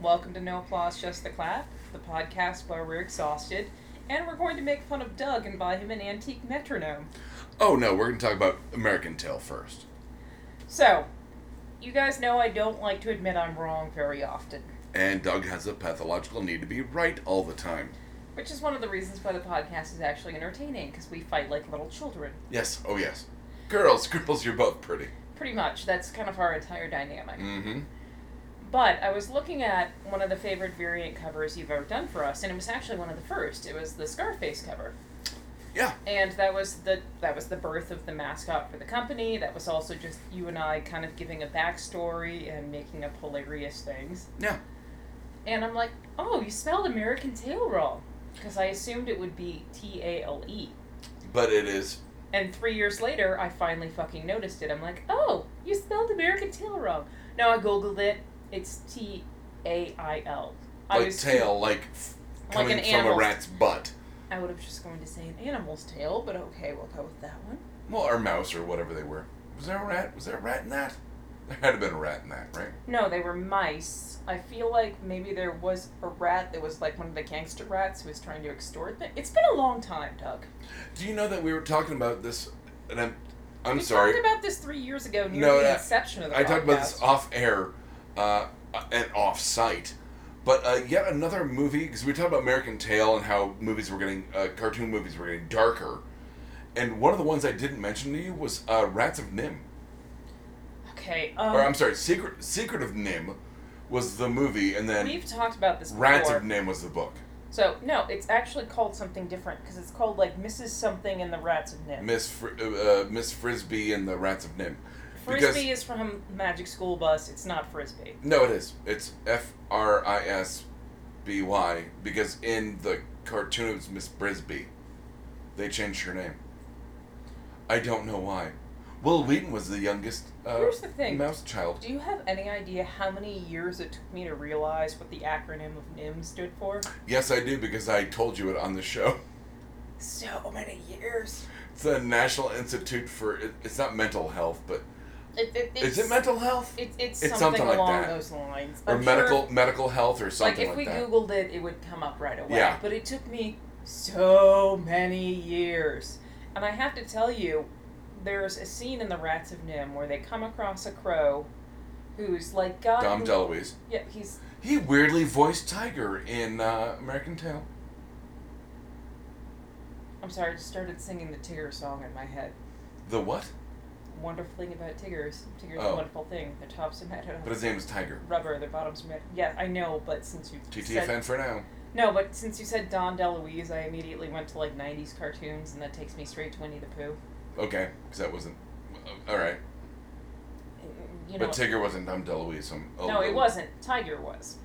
Welcome to No Applause, Just the Clap, the podcast where we're exhausted, and we're going to make fun of Doug and buy him an antique metronome. Oh no, we're gonna talk about American Tail first. So, you guys know I don't like to admit I'm wrong very often, And Doug has a pathological need to be right all the time. which is one of the reasons why the podcast is actually entertaining, because we fight like little children. Yes, oh yes. Girls, girls, you're both pretty. Pretty much, that's kind of our entire dynamic. Mm-hmm. But I was looking at one of the favorite variant covers you've ever done for us, and it was actually one of the first. It was the Scarface cover. Yeah. And that was the that was the birth of the mascot for the company. That was also just you and I kind of giving a backstory and making up hilarious things. Yeah. And I'm like, oh, you spelled American Tail wrong, because I assumed it would be T A L E. But it is And three years later, I finally fucking noticed it. I'm like, oh, you spelled American Tail wrong. No, I googled it. It's T A I L. I like was tail, like f- Like coming an from a animal's- rat's butt. I would have just going to say an animal's tail, but okay, we'll go with that one. Well, or mouse or whatever they were. Was there a rat? Was there a rat in that? There had to have been a rat in that, right? No, they were mice. I feel like maybe there was a rat that was like one of the gangster rats who was trying to extort them. It's been a long time, Doug. Do you know that we were talking about this? And I'm, I'm we sorry. talked about this three years ago near No, the that- inception of the I talked about podcast. this off air uh, and off site. But uh, yet another movie, because we talked about American Tail and how movies were getting, uh, cartoon movies were getting darker. And one of the ones I didn't mention to you was uh, Rats of Nim. Okay, um, or I'm sorry, Secret, Secret of Nim was the movie, and then we've talked about this before. Rats of Nim was the book. So no, it's actually called something different because it's called like Mrs. Something and the Rats of Nim. Miss, Fr- uh, uh, Miss Frisbee and the Rats of Nim. because- Frisbee is from Magic School Bus. It's not Frisbee. No, it is. It's F R I S B Y because in the cartoon it was Miss Brisby. They changed her name. I don't know why. Will Wheaton was the youngest uh, Here's the thing. mouse child. Do you have any idea how many years it took me to realize what the acronym of NIM stood for? Yes, I do because I told you it on the show. So many years. It's the National Institute for it, it's not mental health, but It, it, it's, is it mental health It, it's, It's something, something like along that. those lines. or I'm sure- medical medical health or like something if like, we that? Googled it, it would come up right away. Yeah. But it took me so many years, and I have to tell you, there's a scene in the Rats of Nim where they come across a crow, who's like God. Dom who- DeLuise. Yeah, he's He weirdly voiced Tiger in uh, American Tail. I'm sorry, I just started singing the Tigger song in my head. The what? Wonderful thing about Tiggers. Tiggers are Oh. a wonderful thing. Their tops are made out But of his name is Tiger. rubber, their bottoms are made. Yeah, I know, but since you said TTFN for now. no, but since you said Don DeLuise, I immediately went to like '90s cartoons, and that takes me straight to Winnie the Pooh. Okay, because that wasn't. uh, All right, You know, but Tigger wasn't Dom DeLuise. So I'm oh, a no, it little- wasn't. Tiger was.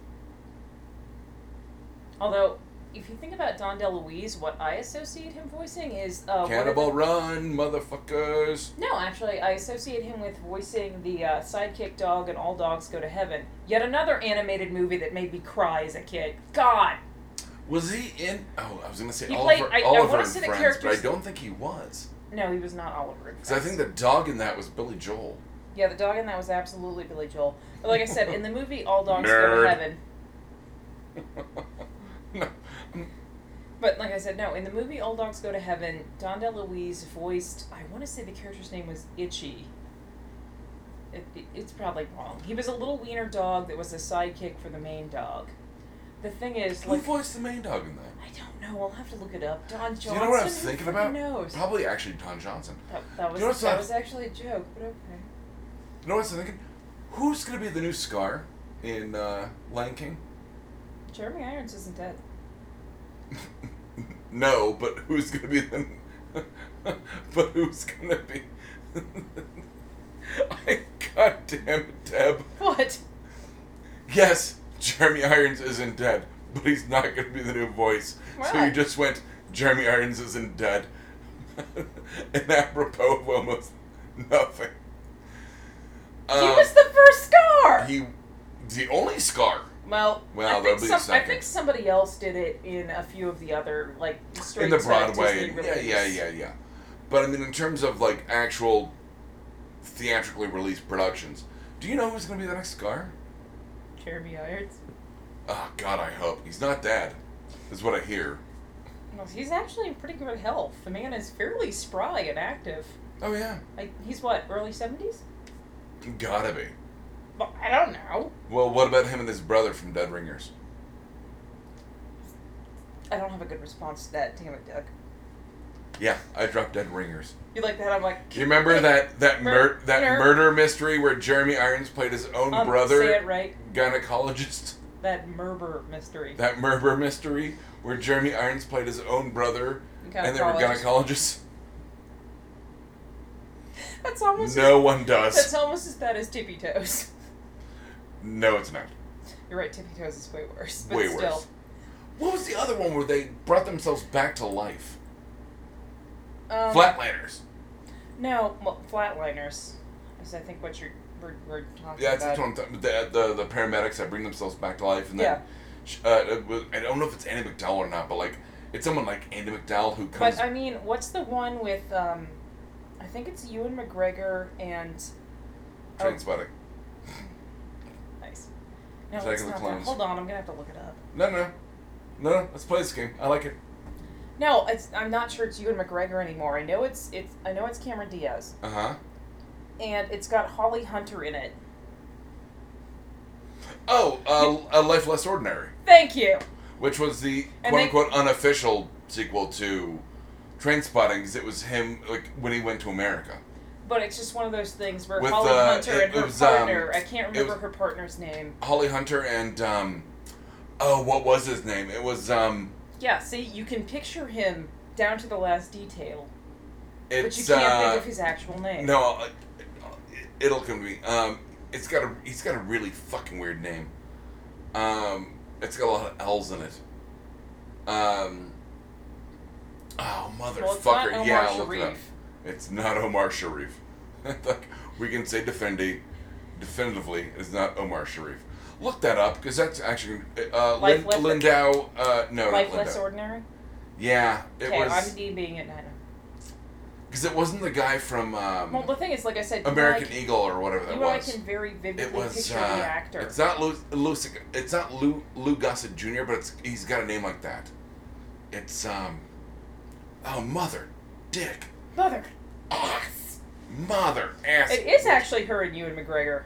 Although, if you think about Don DeLuise, what I associate him voicing is uh, one of Cannibal Run, motherfuckers. the- no, actually, I associate him with voicing the uh, sidekick dog and All Dogs Go to Heaven. Yet another animated movie that made me cry as a kid. God, Was he in? Oh, I was gonna say He Oliver. played- I- I Oliver wanna and say the Friends, but I characters- don't think he was. no, he was not Oliver. in Because I Friends. think the dog in that was Billy Joel. yeah, the dog in that was absolutely Billy Joel. But like I said, in the movie All Dogs Go Nerd. to Heaven, no, But like I said, no. In the movie All Dogs Go to Heaven, Don DeLuise voiced. I want to say the character's name was Itchy. It, it- it's probably wrong. He was a little wiener dog that was a sidekick for the main dog. The thing is, who like, voiced the main dog in that? I don't know. I'll have to look it up. Don Do Johnson. you know what I was who thinking fucking about? Knows. Probably actually Don Johnson. That, that Do was you know what's that not- was actually a joke, but okay. You know what I was thinking? Who's gonna be the new Scar in uh, Lion King? Jeremy Irons isn't dead. no, but who's gonna be the? but who's gonna be? I goddamn Deb. What? Yes, Jeremy Irons isn't dead, but he's not gonna be the new voice. So Why? you just went, Jeremy Irons isn't dead, and apropos of almost nothing. he Um, was the first star. he, the only Scar. Well, Well, I think there'll be a some, I second. think somebody else did it in a few of the other like straight in the to Broadway. Disney and- yeah, yeah, release. yeah, yeah. But I mean, in terms of like actual theatrically released productions, do you know who's going to be the next Scar? Jeremy Irons. Oh God, I hope he's not dead. Is what I hear. Well, he's actually in pretty good health. The man is fairly spry and active. Oh yeah, Like he's what early seventies? gotta be. Well, I don't know. Well, what about him and his brother from Dead Ringers? I don't have a good response to that. Damn it, Doug. Yeah, I dropped Dead Ringers. You like that? I'm like. Do you remember that that mur- Mur- that mur- murder mystery where Jeremy Irons played his own um, Say it brother, right. gynecologist? That Merber mystery. That murder mystery where Jeremy Irons played his own brother, and they were Gynecologist. gynecologists. That's almost. No one As, that's does. almost as bad as Tippy Toes. No, it's not. You're right. Tippy Toes is way worse. But Way still. worse. What was the other one where they brought themselves back to life? Um, Flatliners. No, well, flatliners. Is I think what you're we're, we're talking Yeah, that's, about. that's what I'm talking. The, the the paramedics that bring themselves back to life, and Yeah. then sh uh, it was- I don't know if it's Andy McDowell or not, but like it's someone like Andy McDowell who comes. But I mean, what's the one with um, I think it's Ewan McGregor and oh, Trainspotting. nice. No, Attack it's of the not that. Clones. Hold on, I'm gonna have to look it up. No, no, no, no. Let's play this game. I like it. No, it's, I'm not sure it's Ewan McGregor anymore. I know it's it's I know it's Cameron Diaz, Uh huh. and it's got Holly Hunter in it. Oh, uh, a life less ordinary, Thank you. which was the And quote they- unquote unofficial sequel to Trainspotting, because it was him like when he went to America. But it's just one of those things where With, Holly uh, Hunter it- and her it was, um, partner. I can't it remember was- her partner's name. Holly Hunter and um, oh, what was his name? It was um, Yeah, see, you can picture him down to the last detail, but you it's can't uh, think of his actual name. No, uh, it'll come to me. Um, it's got a he's got a really fucking weird name. Um, it's got a lot of L's in it. Um, oh motherfucker! well, it's not Omar yeah, I'll look it up. Sharif. It's not Omar Sharif. Like, we can say defendi, definitively, it's not Omar Sharif. Look that up because that's actually uh, Life Lin- less- Lindau. Uh, no, not Life Lindau. Less Ordinary. Yeah, it Okay, I'm was DBing it now. because it wasn't the guy from um, Well, the thing is, like I said, American you, Eagle or whatever that and I, you and I was. can very vividly It was. picture Uh, the actor. It's not Lou, Lou. Sig- It's not Lou. Lou Gossett Jr. But it's he's got a name like that. It's um. Oh mother, dick, Mother. ass, mother, ass. It is actually her and Ewan McGregor.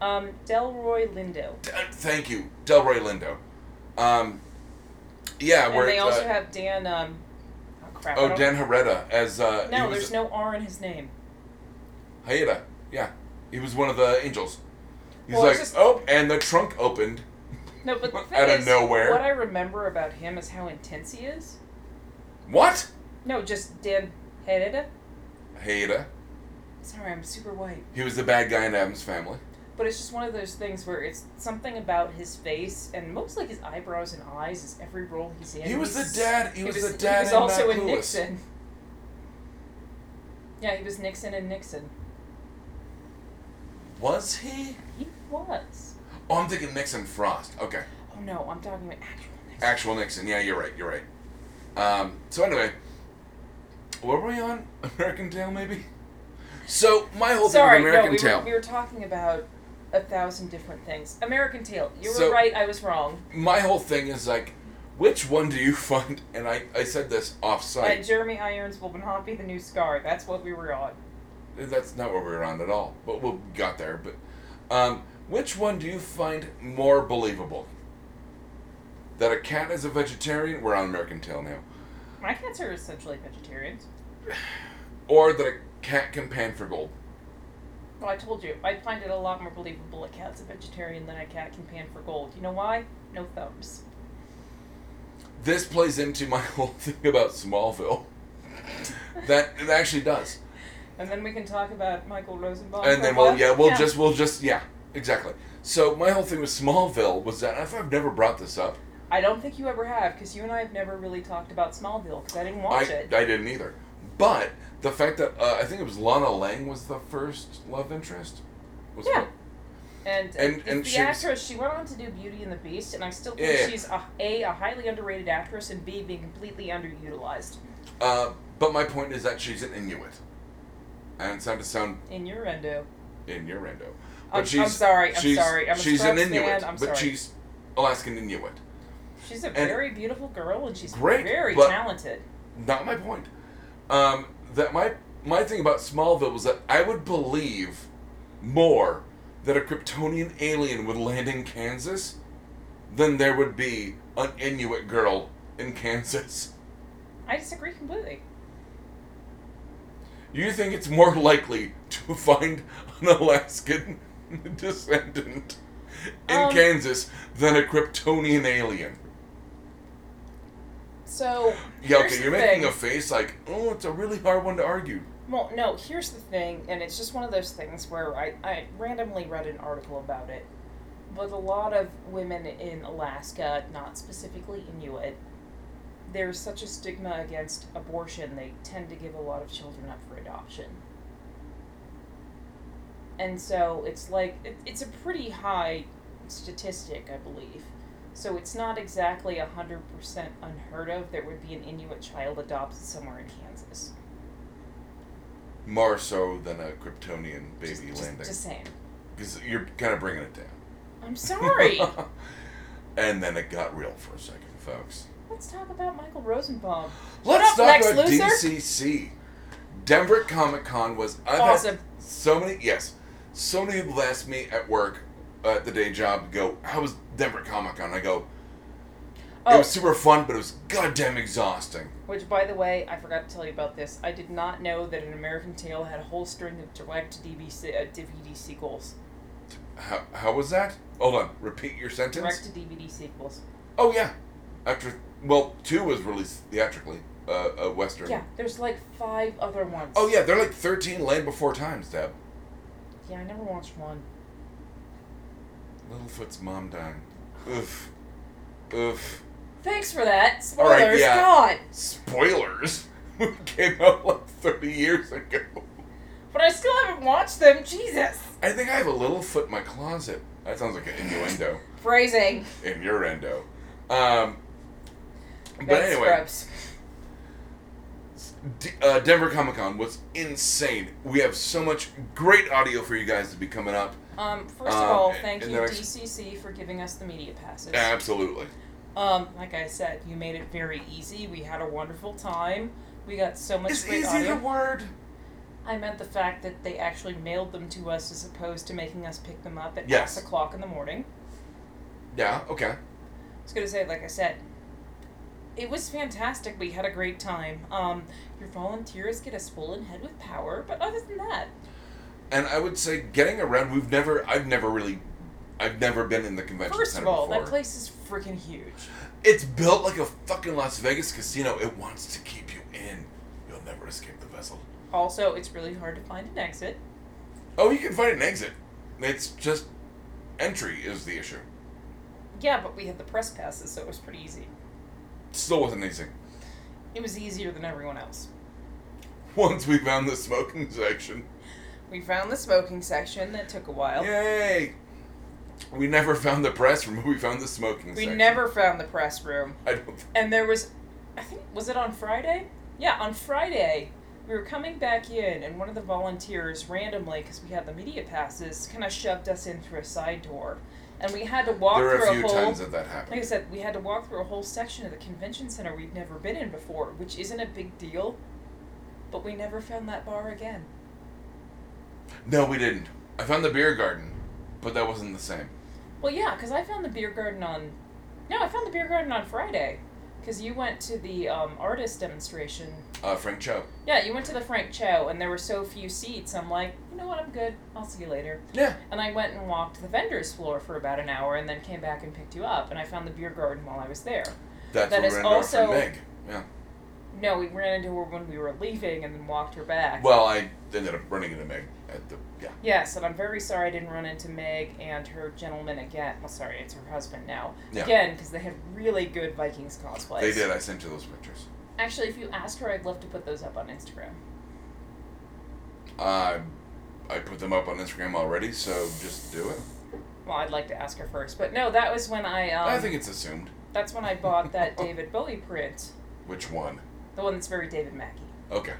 Um, Delroy Lindo. D- uh, thank you, Delroy Lindo. Um, yeah, where And they it's, also uh, have Dan. Um, oh crap! I oh don't- Dan Herrera as uh. he No, was- there's no R in his name. Hayata. Yeah, he was one of the angels. He's Well, like, it's just- oh, and the trunk opened. No, but the thing Out of is, nowhere. what I remember about him is how intense he is. What? No, just Dan Herrera. Hayata. Sorry, I'm super white. He was the bad guy in Adam's family. But it's just one of those things where it's something about his face and mostly his eyebrows and eyes is every role he's in. He was He's- the dad. He was the dad He was in, also uh, in Clueless. Nixon. Yeah, he was Nixon and Nixon. Was he? He was. Oh, I'm thinking Nixon Frost. Okay, Oh no, I'm talking about actual Nixon. actual Nixon. Yeah, you're right. You're right. Um, so anyway, what were we on? American Tail, maybe. So my whole Sorry, thing with American no, we Tail. Were, we were talking about a thousand different things. American Tail. You were So- right. I was wrong. my whole thing is like, which one do you find? And I, I said this And offsite. Jeremy Irons will not be the new Scar. That's what we were on. That's not what we were on at all. But we got there. But um, which one do you find more believable? That a cat is a vegetarian. We're on American Tail now. My cats are essentially vegetarians. Or that a cat can pan for gold. Well, I told you, I find it a lot more believable a cat's a vegetarian than a cat can pan for gold. You know why? No thumbs. this plays into my whole thing about Smallville. That it actually does. And then we can talk about Michael Rosenbaum. for And a then we'll while. yeah, we'll just we'll just yeah, exactly. So my whole thing with Smallville was that if I've never brought this up, I don't think you ever have, because you and I have never really talked about Smallville, because I didn't watch I it. I didn't either. But the fact that uh, I think it was Lana Lang was the first love interest. Was Yeah. what- And, and- if and the she was- actress, she went on to do Beauty and the Beast, and I still Yeah, think yeah. she's a, a a highly underrated actress, and B being completely underutilized. Uh, but my point is that she's an Inuit, and it's not to sound In your endo, in your rando. But I'm, she's, I'm sorry. I'm she's, sorry. I'm a she's an Scrubs Inuit, fan. I'm but sorry. she's Alaskan Inuit. she's a very beautiful girl, and she's Great, very but- talented. Not my point. Um, that my my thing about Smallville was that I would believe more that a Kryptonian alien would land in Kansas than there would be an Inuit girl in Kansas. I disagree completely. You think it's more likely to find an Alaskan descendant in Um, Kansas than a Kryptonian alien? So Yeah, here's okay, the you're making thing. a face like, oh, it's a really hard one to argue. Well, no, here's the thing, and it's just one of those things where I, I randomly read an article about it. But a lot of women in Alaska, not specifically Inuit, there's such a stigma against abortion, they tend to give a lot of children up for adoption. And so it's like, it, it's a pretty high statistic, I believe. So it's not exactly 100% unheard of there would be an Inuit child adopted somewhere in Kansas. More so than a Kryptonian baby Just- just- landing. Just saying. Because you're kind of bringing it down. I'm sorry. and then it got real for a second, folks. Let's talk about Michael Rosenbaum. Let's up, talk Lex about Luthor? DCC. Denver Comic Con was I've had Awesome. so many yes, so many people ask me at work uh, at the day job go how was Denver Comic Con? I go it Oh, was super fun, but it was goddamn exhausting. which by the way, I forgot to tell you about this. I did not know that an American Tale had a whole string of direct DBC, uh, DVD sequels, How, how was that? Hold on, repeat your sentence. direct to DVD sequels. Oh yeah, after well two was released theatrically, uh, a western. Yeah, there's like five other ones. Oh yeah, they're like thirteen Land Before Times, Deb. Yeah, I never watched one. Littlefoot's mom dying. Oof. Oof. Thanks for that. All Spoilers. right, yeah. God. Spoilers. We came out like 30 years ago. But I still haven't watched them. Jesus. I think I have a Littlefoot in my closet. That sounds like an innuendo. Phrasing. in your endo. Um, but That's anyway, Scrubs. D- uh, Denver Comic Con was insane. We have so much great audio for you guys to be coming up. Um, first Um, of all, and- thank and you then I- DCC for giving us the media passes. Absolutely. Um, like I said, you made it very easy. We had a wonderful time. We got so much Is great easy audio. the word? I meant the fact that they actually mailed them to us as opposed to making us pick them up at Yes. six o'clock in the morning. Yeah, okay. I was gonna say, like I said, it was fantastic. We had a great time. Um, your volunteers get a swollen head with power, but other than that, And I would say getting around, we've never, I've never really, I've never been in the convention first of center all, before. that place is freaking huge. It's built like a fucking Las Vegas casino. It wants to keep you in. You'll never escape the vessel. Also, it's really hard to find an exit. Oh, you can find an exit. It's just entry is the issue. Yeah, but we had the press passes, so it was pretty easy. Still wasn't easy. It was easier than everyone else. Once we found the smoking section, We found the smoking section that took a while. yay! We never found the press room. We found the smoking we section. never found the press room. I don't. Th- And there was, I think, was it on Friday? Yeah, on Friday, we were coming back in, and one of the volunteers randomly, because we had the media passes, kind of shoved us in through a side door. And we had to walk there were through a few whole. times that that like I happened. said, we had to walk through a whole section of the convention center we've never been in before, which isn't a big deal. But we never found that bar again. No, we didn't. I found the beer garden, but that wasn't the same. Well, yeah, because I found the beer garden on. No, I found the beer garden on Friday. Because you went to the um, artist demonstration. Uh, Frank Cho. Yeah, you went to the Frank Cho, and there were so few seats. I'm like, you know what? I'm good. I'll see you later. Yeah. And I went and walked the vendors floor for about an hour, and then came back and picked you up. And I found the beer garden while I was there. That's That where is we ran into our friend also- Meg. Yeah. No, we ran into her when we were leaving, and then walked her back. Well, I ended up running into Meg at the yeah. Yes, and I'm very sorry I didn't run into Meg and her gentleman again. Well, sorry, it's her husband now. Yeah. Again, because they had really good Vikings cosplays. They did. I sent you those pictures. Actually, if you asked her, I'd love to put those up on Instagram. Uh, I put them up on Instagram already, so just do it. Well, I'd like to ask her first, but no, that was when I. Um, I think it's assumed. that's when I bought that David Bowie print, Which one? the one that's very David Mackey, Okay.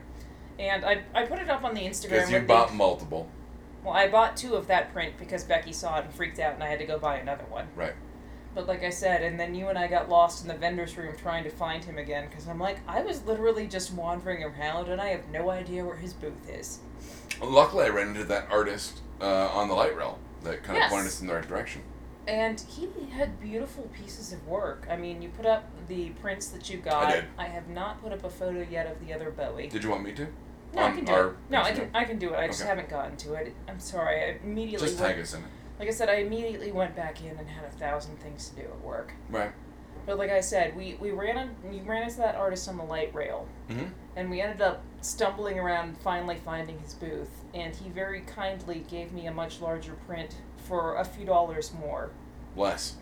and I I put it up on the Instagram. Because you with bought the, multiple. Well, I bought two of that print because Becky saw it and freaked out, and I had to go buy another one. Right. But like I said, and then you and I got lost in the vendor's room trying to find him again because I'm like, I was literally just wandering around and I have no idea where his booth is. Luckily, I ran into that artist uh, on the light rail that kind of Yes. pointed us in the right direction. And he had beautiful pieces of work. I mean, you put up the prints that you got. did. have not put up a photo yet of the other Bowie. Did you want me to? No, I on can do our it. No, I can. Instagram? I can do it. I just Okay. haven't gotten to it. I'm sorry. I immediately Just went, tag us in it. like I said, I immediately went back in and had a thousand things to do at work. Right. But like I said, we we ran on, we ran into that artist on the light rail. Mm-hmm. and we ended up stumbling around and finally finding his booth and he very kindly gave me a much larger print for a few dollars more Less.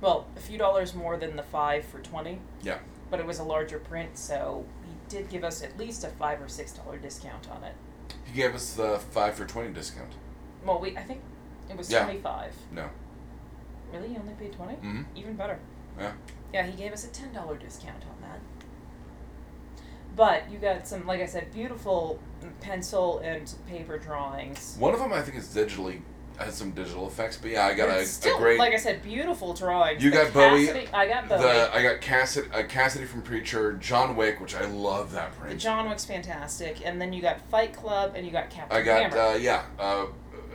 well a few dollars more than the five for 20 Yeah. but it was a larger print so he did give us at least a five or six dollar discount on it He gave us the five for twenty discount. well we i think it was Yeah. 25 No. really you only paid 20 Mm-hmm. even better Yeah. yeah he gave us a $10 discount on that but you got some like i said beautiful pencil and paper drawings One of them I think is digitally has some digital effects, but yeah, I got But a, it's still, a great. like I said, beautiful drawings. You The got Bowie, Cassidy- I got Bowie. the The, I got Cassidy, uh, Cassidy from Preacher, John Wick, which I love that print. John Wick's fantastic, and then you got Fight Club, and you got Captain I got Hammer. uh, yeah, uh,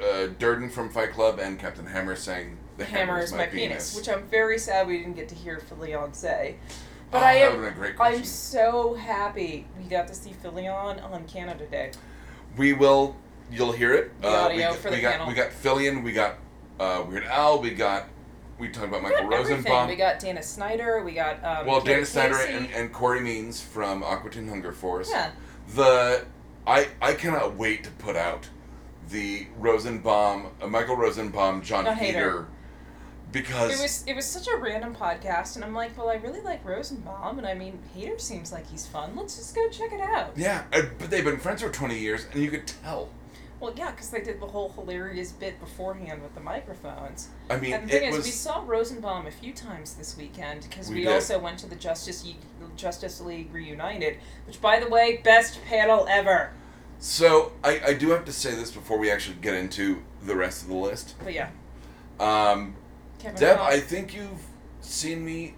uh, Durden from Fight Club and Captain Hammer saying the hammer, is my, penis. which I'm very sad we didn't get to hear Filion say. Oh, But I that am, would have been a great question. I'm so happy we got to see Filion on Canada Day. We will. You'll hear it. The uh, we, audio got- for we the got panel. we got Fillion. We got uh, Weird Al. We got we talked about We Michael got everything. Rosenbaum. We got Dana Snyder. We got um, well, Carrie Dana Snyder Casey. and, and Corey Means from Aquatine Hunger Force. yeah, The I I cannot wait to put out the Rosenbaum uh, Michael Rosenbaum John John Hader Hader. because it was it was such a random podcast, and I'm like, well, I really like Rosenbaum, and I mean, Hater seems like he's fun. Let's just go check it out. yeah, uh, but they've been friends for twenty years, and you could tell. Well, yeah, because they did the whole hilarious bit beforehand with the microphones. I mean, and the thing it is, was we saw Rosenbaum a few times this weekend because We we, did. also went to the Justice Ye- Justice League Reunited, which, by the way, best panel ever. so. I I do have to say this before we actually get into the rest of the list. But yeah, Um, Kevin. Deb, Ross- I think you've seen me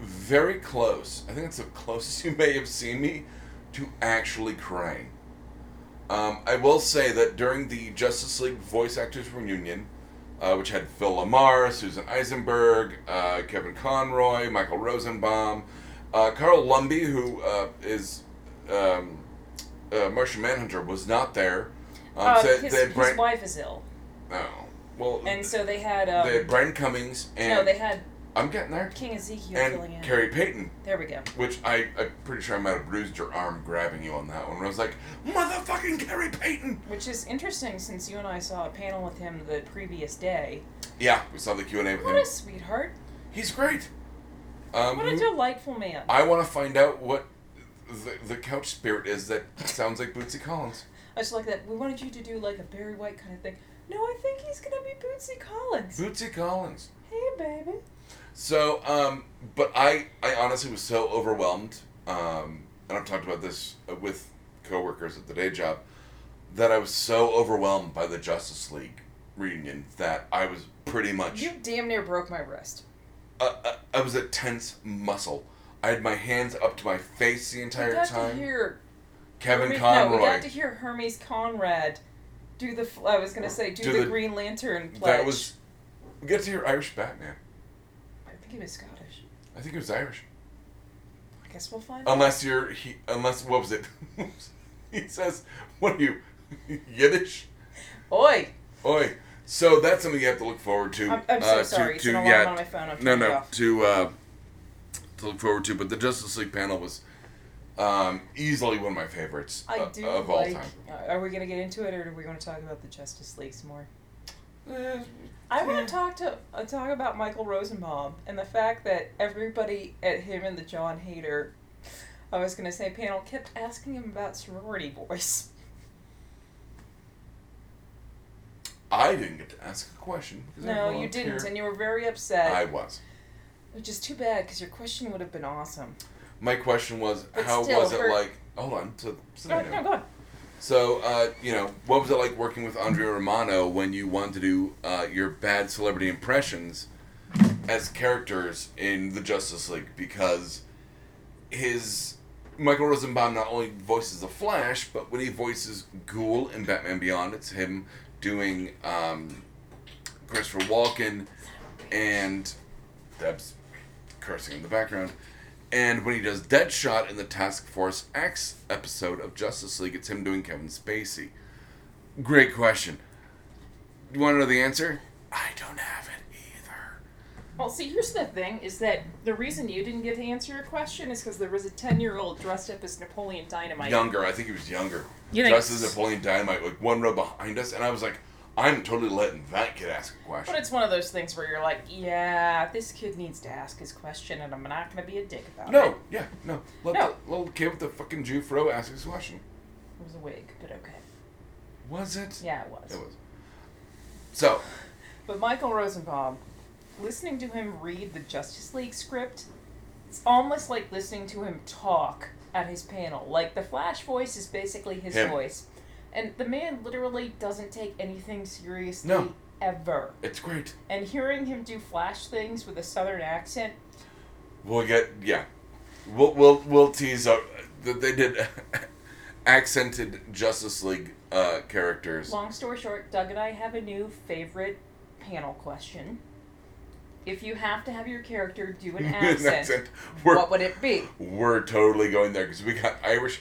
very close. I think it's the closest you may have seen me to actually crying. Um, I will say that during the Justice League voice actors reunion, uh, which had Phil Lamar, Susan Eisenberg, uh, Kevin Conroy, Michael Rosenbaum, uh, Carl Lumby, who uh, is um, uh, Martian Manhunter, was not there. Um, uh, so they his, had his Bran- wife is ill, oh, well, and so they had. Um, they had Brian Cummings and no, they had I'm getting there King Ezekiel filling in. and Carrie Payton, there we go. which I, I'm pretty sure I might have bruised your arm grabbing you on that one. I was like, motherfucking Carrie Payton! Which is interesting since you and I saw a panel with him the previous day. Yeah, we saw the Q&A with What him. a sweetheart! He's great. Um, What a delightful man! I want to find out what the, the couch spirit is that sounds like Bootsy Collins. I just like that. We wanted you to do like a Barry White kind of thing. No, I think he's gonna be Bootsy Collins. Bootsy Collins. Hey, baby. So, um, but I, I honestly was so overwhelmed, um, and I've talked about this uh, with coworkers at the day job, that I was so overwhelmed by the Justice League reunion that I was pretty much, You damn near broke my wrist. uh, uh, I was a tense muscle. I had my hands up to my face the we entire got time. to hear Kevin Hermes- Conroy. No, we got to hear Hermes Conrad do the. f- I was gonna say do, Do the, the- Green Lantern pledge. that was, we got to hear Irish Batman. I think he was Scottish. I think it was Irish. I guess we'll find. out. Unless you're, he, unless, what was it? he says, what are you, Yiddish? Oi, Oi. So that's something you have to look forward to. I'm, I'm so uh, sorry. To, it's to, an alarm yeah, on my phone. I'm no, turning it no, off. to uh, to look forward to. But the Justice League panel was um, easily one of my favorites I uh, do of all like. time. uh, are we gonna get into it, or are we gonna talk about the Justice League some more? Eh, uh, I Yeah. want to talk to uh, talk about Michael Rosenbaum and the fact that everybody at him and the John Hader, I was gonna say panel kept asking him about sorority boys. I didn't get to ask a question. because I No, you volunteered. didn't, and you were very upset, I was. which is too bad because your question would have been awesome. My question was, But how still, was it her- like? Hold on. So, so No, I no, know. go on. So, uh, you know, what was it like working with Andrea Romano when you wanted to do uh, your bad celebrity impressions as characters in the Justice League? Because his Michael Rosenbaum not only voices the Flash, but when he voices Ghoul in Batman Beyond, it's him doing um, Christopher Walken and Deb's cursing in the background. And when he does Deadshot in the Task Force X episode of Justice League, it's him doing Kevin Spacey. Great question. You want to know the answer? I don't have it either. Well, see, here's the thing: is that the reason you didn't get to answer your question is because there was a ten-year-old dressed up as Napoleon Dynamite. Younger, I think he was younger. You think Dressed as it's- Napoleon Dynamite, like one row behind us, and I was like, I'm totally letting that kid ask a question. But it's one of those things where you're like, yeah, this kid needs to ask his question, and I'm not gonna be a dick about it. No, yeah, no. Let No. the little kid with the fucking Jew fro ask his question. It was a wig, but okay. Was it? Yeah, it was. It was. So, But Michael Rosenbaum, listening to him read the Justice League script, it's almost like listening to him talk at his panel. Like the Flash voice is basically his Him. voice, and the man literally doesn't take anything seriously No. ever. it's great. And hearing him do Flash things with a Southern accent, We'll get, yeah. We'll, we'll, we'll tease out that they did accented Justice League uh, characters. Long story short, Doug and I have a new favorite panel question. If you have to have your character do an An accent, accent. We're, what would it be? we're totally going there because we got Irish,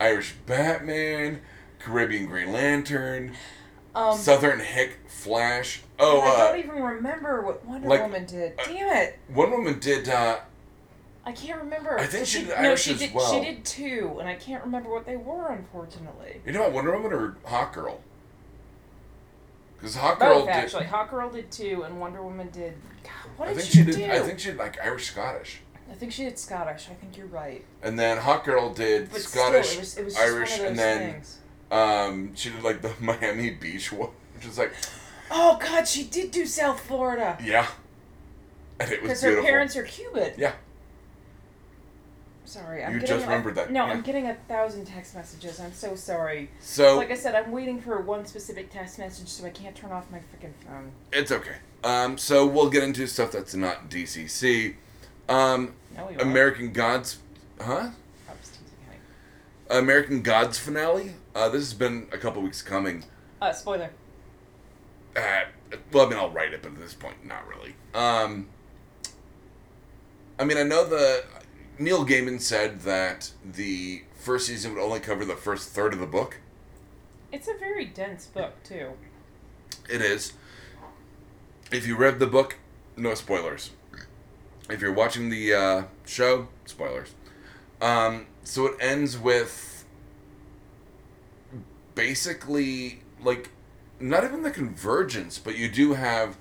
Irish Batman, Caribbean Green Lantern, Um, Southern Hick, Flash. Oh, I uh, don't even remember what Wonder like, Woman did. uh, Damn it! one woman did. Uh, I can't remember. I think she did no, Irish she as did, well. She did two, and I can't remember what they were, unfortunately. You know about Wonder Woman or Hawk Girl? Because Hawk Girl Both did. actually. Hawk Girl did two, and Wonder Woman did. God, what I did think she, she did. do? I think she did like Irish Scottish, I think she did Scottish. I think you're right. and then Hawk Girl did But Scottish, still, it was, it was just Irish, one of and those then things. um, she did like the Miami Beach one, which is like Oh God, she did do South Florida. yeah, and it was Because her beautiful. parents are Cuban. Yeah. Sorry, I'm You getting just a- remembered that, No, yeah. I'm getting a thousand text messages. I'm so sorry. so Like I said, I'm waiting for one specific text message, so I can't turn off my freaking phone. it's okay. Um, so we'll get into stuff that's not DCC. Um, No, Oh, we won't. American Gods, huh? I was teasing, honey. American Gods finale. Uh, this has been a couple weeks coming. Uh, spoiler. uh, well, I mean, I'll write it, but at this point, not really. Um, I mean, I know the Neil Gaiman said that the first season would only cover the first third of the book. It's a very dense book too. It is. If you read the book, no spoilers. If you're watching the uh, show, spoilers. Um, so it ends with basically like not even the convergence, but you do have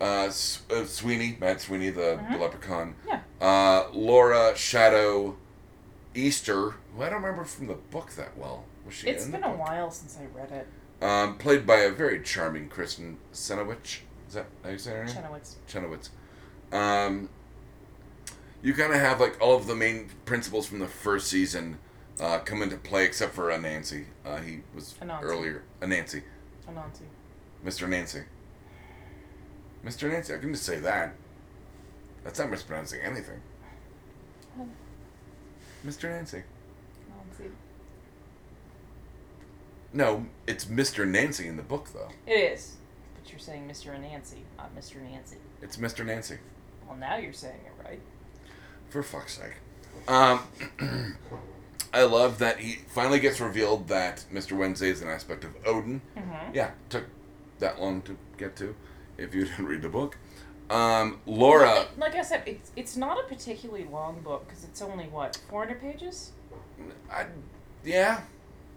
uh, S- uh, Sweeney, Matt Sweeney, the, Mhm. the leprechaun, Yeah. uh, Laura Shadow, Easter, who I don't remember from the book that well. Was she? It's in been the a book? while since I read it. um, played by a very charming Kristen Chenoweth. Is that how you say her name? Chenoweth's. Chenoweth. Um, you kind of have like all of the main principles from the first season uh, come into play, except for uh, Nancy. Uh, he was Anansi. earlier. Uh, Nancy, Anansi. Mr. Nancy, Mr. Nancy. I can just say that. That's not mispronouncing anything. Oh. Mr. Nancy. Anansi. No, it's Mr. Nancy in the book though. It is. But you're saying Mr. Anansi, not Mr. Nancy. It's Mr. Nancy. Well, now you're saying it right. For fuck's sake. Um, I love that he finally gets revealed that Mr. Wednesday is an aspect of Odin. Mm-hmm. Yeah, took that long to get to if you didn't read the book. Um, Laura, Like I said, it's it's not a particularly long book because it's only what 400 pages, I, yeah,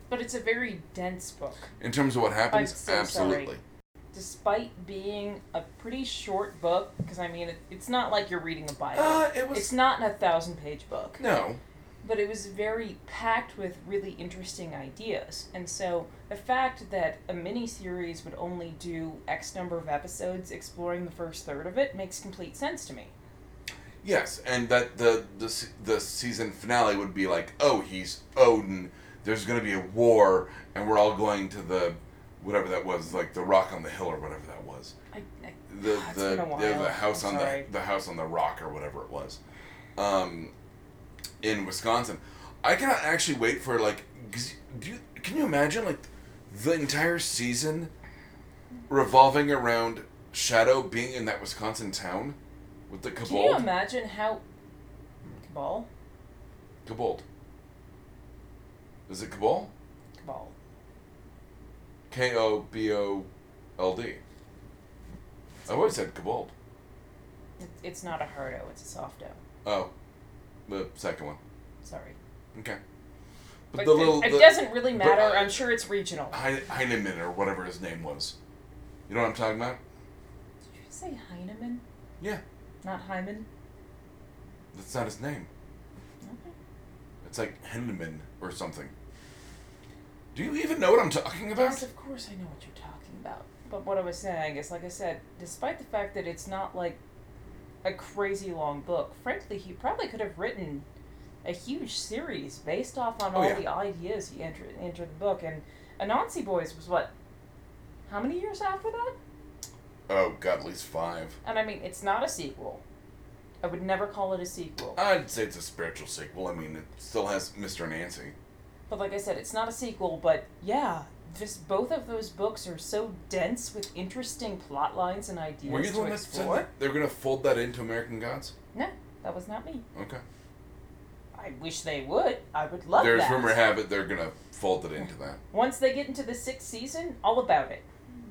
but it's a very dense book. in terms of what happens, I'm so absolutely. sorry. Despite being a pretty short book, because I mean, it, it's not like you're reading a Bible. Uh, it was it's not a thousand page book, no, but it was very packed with really interesting ideas. And so the fact that a miniseries would only do X number of episodes exploring the first third of it makes complete sense to me. yes, and that the the se- the season finale would be like, oh, he's Odin. there's going to be a war and we're all going to the whatever that was like the rock on the hill or whatever that was I, I, the It's the, been a the, the while. house I'm on the, sorry. the house on the rock or whatever it was um, in Wisconsin I cannot actually wait for like 'cause do you, can you imagine like the entire season revolving around Shadow being in that Wisconsin town with the can you Cabal imagine how Cabal? Cabal is it Cabal Cabal. K O B O L D I always said Cabal It, it's not a hard O, it's a soft O. oh the second one Sorry. okay But, it- it, doesn't really but matter. I- I'm sure it's regional. Heine- Heinemann or whatever his name was. You know what I'm talking about? Did you say Heineman? Yeah, Not Hyman? that's not his name. Okay. It's like Hendeman or something. Do you even know what I'm talking Yes, about? of course I know what you're talking about. But what I was saying is, like I said, despite the fact that it's not like a crazy long book, frankly, he probably could have written a huge series based off on Oh, all yeah. the ideas he entered into the book. And Anansi Boys was what? How many years after that? Oh God, at least five. And I mean, it's not a sequel. I would never call it a sequel. I'd say it's a spiritual sequel. I mean, it still has Mr. Nancy. But like I said, it's not a sequel, but yeah, just both of those books are so dense with interesting plot lines and ideas Were you the to one that said explore. that they're gonna fold that into American Gods? No, that was not me. Okay. I wish they would. I would love There's that. rumor have it they're gonna fold it into that. Once they get into the sixth season, all about it.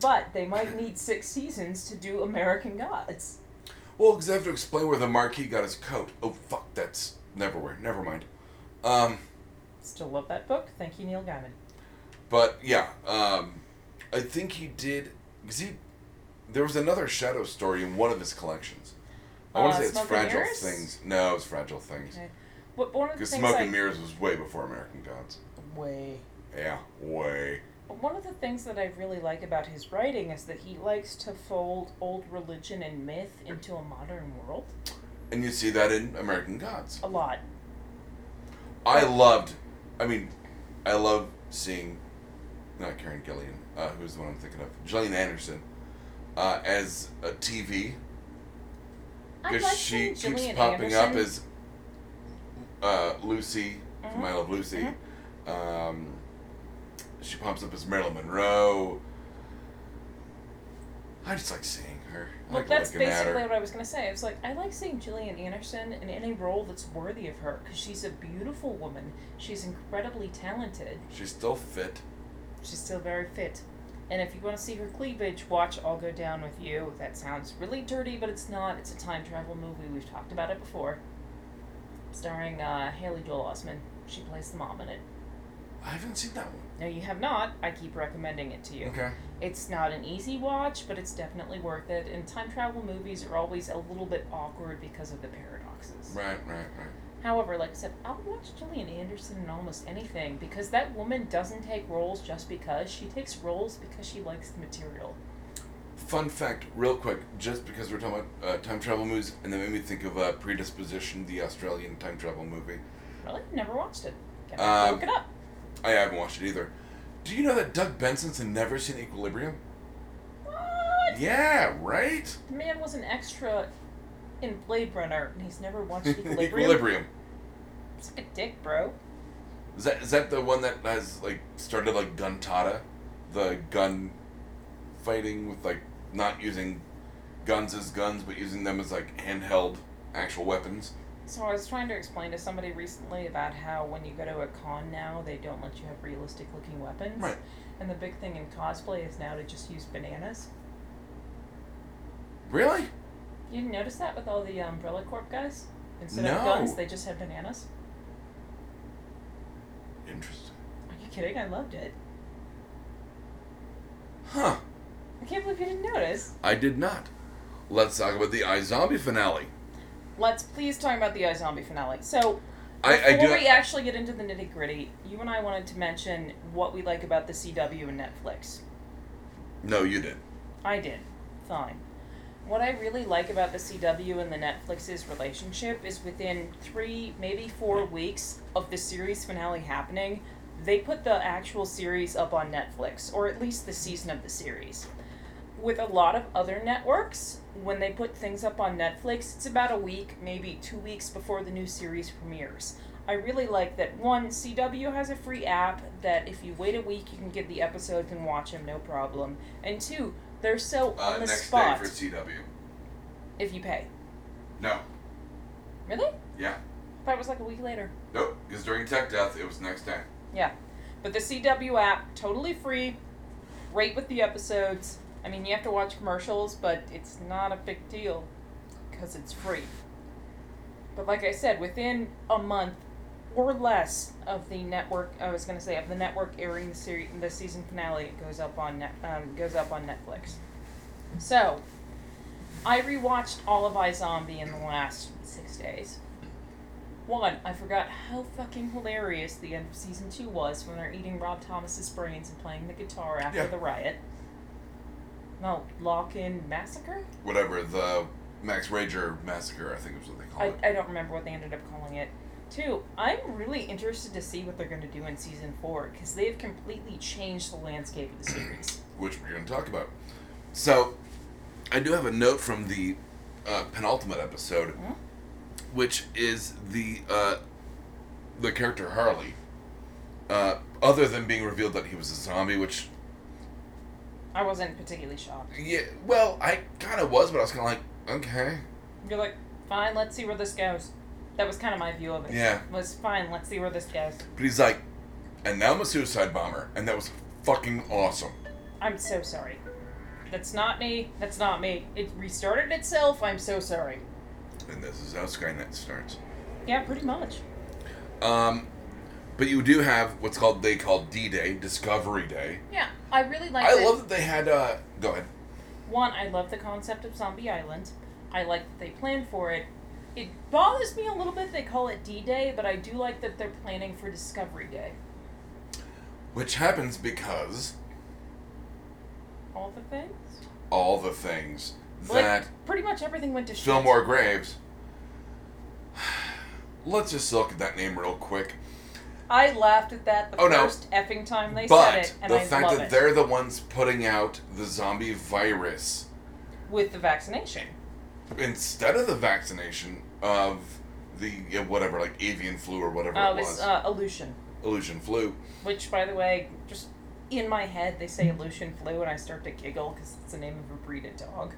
But they might need six seasons to do American Gods. Well, because I have to explain where the Marquis got his coat. Oh fuck, that's never where. Never mind. Um. Still love that book. Thank you, Neil Gaiman. But yeah, um, I think he did because he there was another shadow story in one of his collections. I want Uh, to say it's Smoke and Fragile Mirrors? Things. No, it's Fragile Things. Okay. What one of the Because things Smoke I and Mirrors was way before American Gods. way. Yeah, way. But one of the things that I really like about his writing is that he likes to fold old religion and myth into a modern world And you see that in American Gods. a lot. I loved. I mean, I love seeing not Karen Gillian. Uh, who's the one I'm thinking of? Gillian Anderson uh, as a TV I because like she seeing keeps Gillian popping up Anderson. as uh, Lucy from Mhm. I Love Lucy. Mm-hmm. Um, she pops up as Marilyn Monroe. I just like seeing her. I Well, like that's looking at basically her. what I was gonna say. It's like I like seeing Gillian Anderson in any role that's worthy of her because she's a beautiful woman. She's incredibly talented. She's still fit. She's still very fit. And if you want to see her cleavage, watch I'll Go Down with You. That sounds really dirty, but it's not. It's a time travel movie. We've talked about it before. Starring uh, Haley Joel Osment. She plays the mom in it. I haven't seen that one. No, you have not. I keep recommending it to you. Okay. It's not an easy watch, but it's definitely worth it. And time travel movies are always a little bit awkward because of the paradoxes. Right, right, right. However, like I said, I'll watch Gillian Anderson in almost anything because that woman doesn't take roles just because. She takes roles because she likes the material. Fun fact, real quick, just because we're talking about uh, time travel movies, and that made me think of uh, Predisposition, the Australian time travel movie. Really? Never watched it. Gonna have to Um, look it up. I haven't watched it either. Do you know that Doug Benson's never seen Equilibrium? What? Yeah, right? The man was an extra in Blade Runner and he's never watched Equilibrium. Equilibrium. It's like a dick, bro. Is that is that the one that has like started like Guntada, the gun fighting with like not using guns as guns but using them as like handheld actual weapons? So I was trying to explain to somebody recently about how when you go to a con now, they don't let you have realistic looking weapons. Right. And the big thing in cosplay is now to just use bananas. Really? You didn't notice that with all the Umbrella Corp guys? Instead of No. guns, they just had bananas. Interesting. Are you kidding? I loved it. Huh. I can't believe you didn't notice. I did not. Let's talk about the iZombie finale. Let's please talk about the iZombie finale. So I, I before do we actually get into the nitty gritty, you and I wanted to mention what we like about the CW and Netflix. No, you did. I did. Fine. What I really like about the CW and the Netflix's relationship is within three, maybe four weeks of the series finale happening, they put the actual series up on Netflix, or at least the season of the series. With a lot of other networks, when they put things up on Netflix, it's about a week, maybe two weeks before the new series premieres. I really like that one, CW has a free app that if you wait a week, you can get the episodes and watch them, no problem. And two, they're so Uh, on the next spot day for CW. if you pay. No. Really? Yeah. That was like a week later. Nope. Because during Tech Death, it was next day. Yeah. But the CW app, totally free, great with the episodes. I mean, you have to watch commercials, but it's not a big deal because it's free. But like I said, within a month or less of the network, I was going to say of the network airing the series, the season finale, it goes up on net, um, goes up on Netflix. So, I rewatched all of iZombie in the last six days. One, I forgot how fucking hilarious the end of season two was when they're eating Rob Thomas's brains and playing the guitar after Yeah. the riot. No, lock in massacre? Whatever the Max Rager massacre, I think is what they call I, it. I don't remember what they ended up calling it. Two, I'm really interested to see what they're going to do in season four because they have completely changed the landscape of the series. which we're going to talk about. So, I do have a note from the uh, penultimate episode, Mhm. which is the uh, the character Harley. Uh, other than being revealed that he was a zombie, which I wasn't particularly shocked. yeah, well, I kind of was, but I was kind of like, okay, You're like, fine, let's see where this goes. That was kind of my view of it. yeah. Was fine, let's see where this goes. But he's like, and now I'm a suicide bomber, and that was fucking awesome. I'm so sorry. That's not me. That's not me. It restarted itself. I'm so sorry. And this is how Skynet starts. Yeah, pretty much. Um, but you do have what's called they call D Day, Discovery Day. Yeah, I really like. I that- love that they had. Uh, go ahead. One, I love the concept of Zombie Island. I like that they plan for it. It bothers me a little bit they call it D Day, but I do like that they're planning for Discovery Day. Which happens because All the things? all the things Like, that pretty much everything went to shit. Fillmore Graves. Let's just look at that name real quick. I laughed at that the Oh, no. first effing time they said but it, and the I fact love that it. they're the ones putting out the zombie virus With the vaccination. instead of the vaccination of the yeah, whatever, like avian flu or whatever Uh, it was, this uh, Aleutian. illusion flu. Which, by the way, just in my head, they say Aleutian flu, and I start to giggle because it's the name of a breed of dog.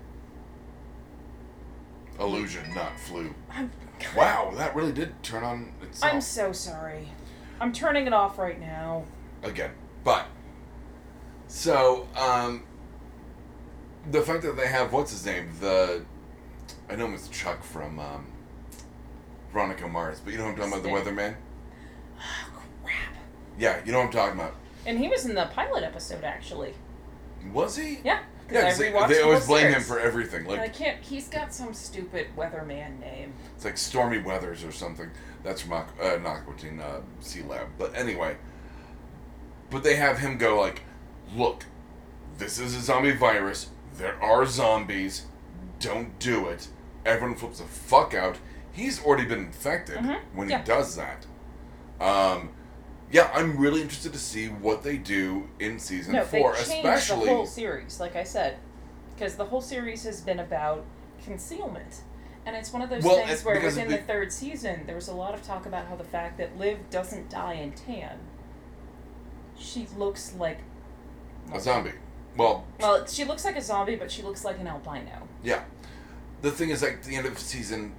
Illusion, not flu. I'm, Wow, that really did turn on itself. I'm so sorry. I'm turning it off right now. again. But so um, the fact that they have what's his name the I know him as Chuck from um, Veronica Mars, but you know who I'm talking about the weatherman. Oh, crap. Yeah, you know what I'm talking about. And he was in the pilot episode, actually. Was he? Yeah. Yeah, 'cause Because they, they always blame him for everything. Like I can't. He's got some stupid weatherman name. it's like stormy weathers or something. That's from Aqu- uh, not Aquatine, uh, Sea Lab. But anyway, but they have him go like, look, this is a zombie virus. There are zombies. Don't do it. Everyone flips the fuck out. He's already been infected Mhm, when yeah. he does that. Um, yeah, I'm really interested to see what they do in season no, four, they changed especially the whole series, like I said, because the whole series has been about concealment. And it's one of those Well, things it- where because within the- the third season, there was a lot of talk about how the fact that Liv doesn't die in tan. She looks like. a zombie. Well, Well, she looks like a zombie, but she looks like an albino. Yeah. The thing is, like, the end of season.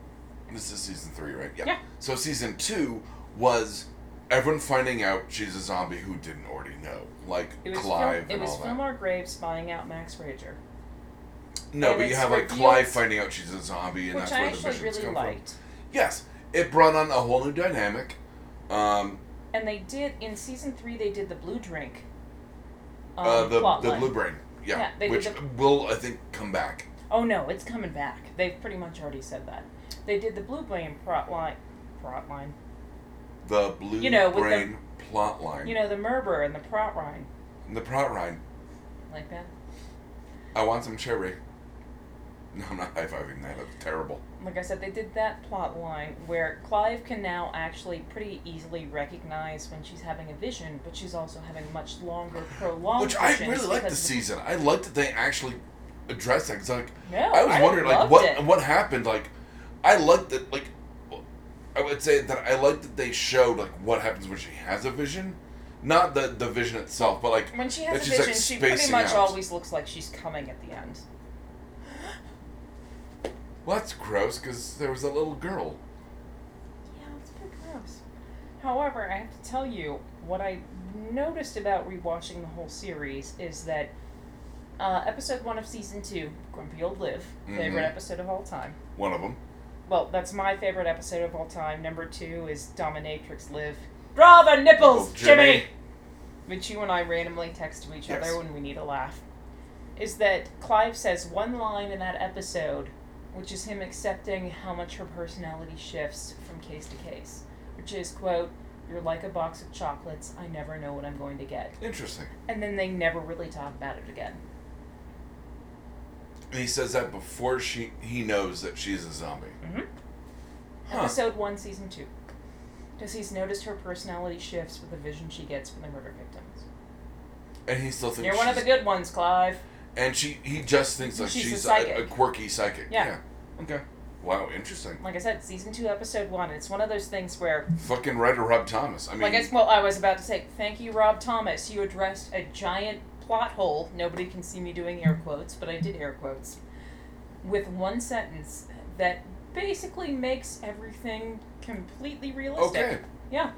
This is season three, right? Yeah. So season two was everyone finding out she's a zombie who didn't already know, like It was Clive Fil- it and was all that. Fillmore Graves spying out Max Rager, No, and but you it's have like revealed- Clive finding out she's a zombie, and which that's I where the actually visions really come liked. from. Yes, it brought on a whole new dynamic. Um, And they did in season three. They did the blue drink. Um, uh, the plot the line. blue brain, yeah, Yeah, they did which the- will I think come back. Oh no, it's coming back. They've pretty much already said that. They did the blue brain plot line. Plot line. The blue You know, with the- brain plot line, You know the Merber and the plot line, the plot line. like that. I want some cherry. No, I'm not high fiving that. That's terrible. Like I said, they did that plot line where Clive can now actually pretty easily recognize when she's having a vision, but she's also having much longer, prolonged. Which I visions really like because this of the- season. I liked that they actually addressed that. 'cause, like, No, I was wondering, like, loved what it. what happened? Like, I liked that. Like, I would say that I liked that they showed like what happens when she has a vision, not the the vision itself, but like When she has that a she's, vision, like, she pretty spacing much out. always looks like she's coming at the end. well, that's gross because there was a little girl. Yeah, it's pretty gross. However, I have to tell you, what I noticed about rewatching the whole series is that uh, episode one of season two, Grumpy Old Liv, favorite Mhm. episode of all time. One of them. Well, that's my favorite episode of all time. Number two is Dominatrix Live. Draw the nipples, Oh, Jimmy! Jimmy. Which you and I randomly text to each Yes. other when we need a laugh. Is that Clive says one line in that episode, which is him accepting how much her personality shifts from case to case. Which is, quote, You're like a box of chocolates, I never know what I'm going to get. Interesting. And then they never really talk about it again. And he says that before she he knows that she's a zombie. Mm-hmm. Huh. Episode 1, Season 2. Because he's noticed her personality shifts with the vision she gets from the murder victims. And he still thinks You're one of the she's- good ones, Clive. And she he just thinks like She's she's, a a, psychic. a quirky psychic. Yeah. yeah. Okay. Wow. Interesting. Like I said, Season 2, Episode 1. It's one of those things where, Fucking writer Rob Thomas. I mean, like, it's, well, I was about to say, thank you, Rob Thomas. You addressed a giant plot hole. Nobody can see me doing air quotes, but I did air quotes. With one sentence that basically makes everything completely realistic. okay. Yeah.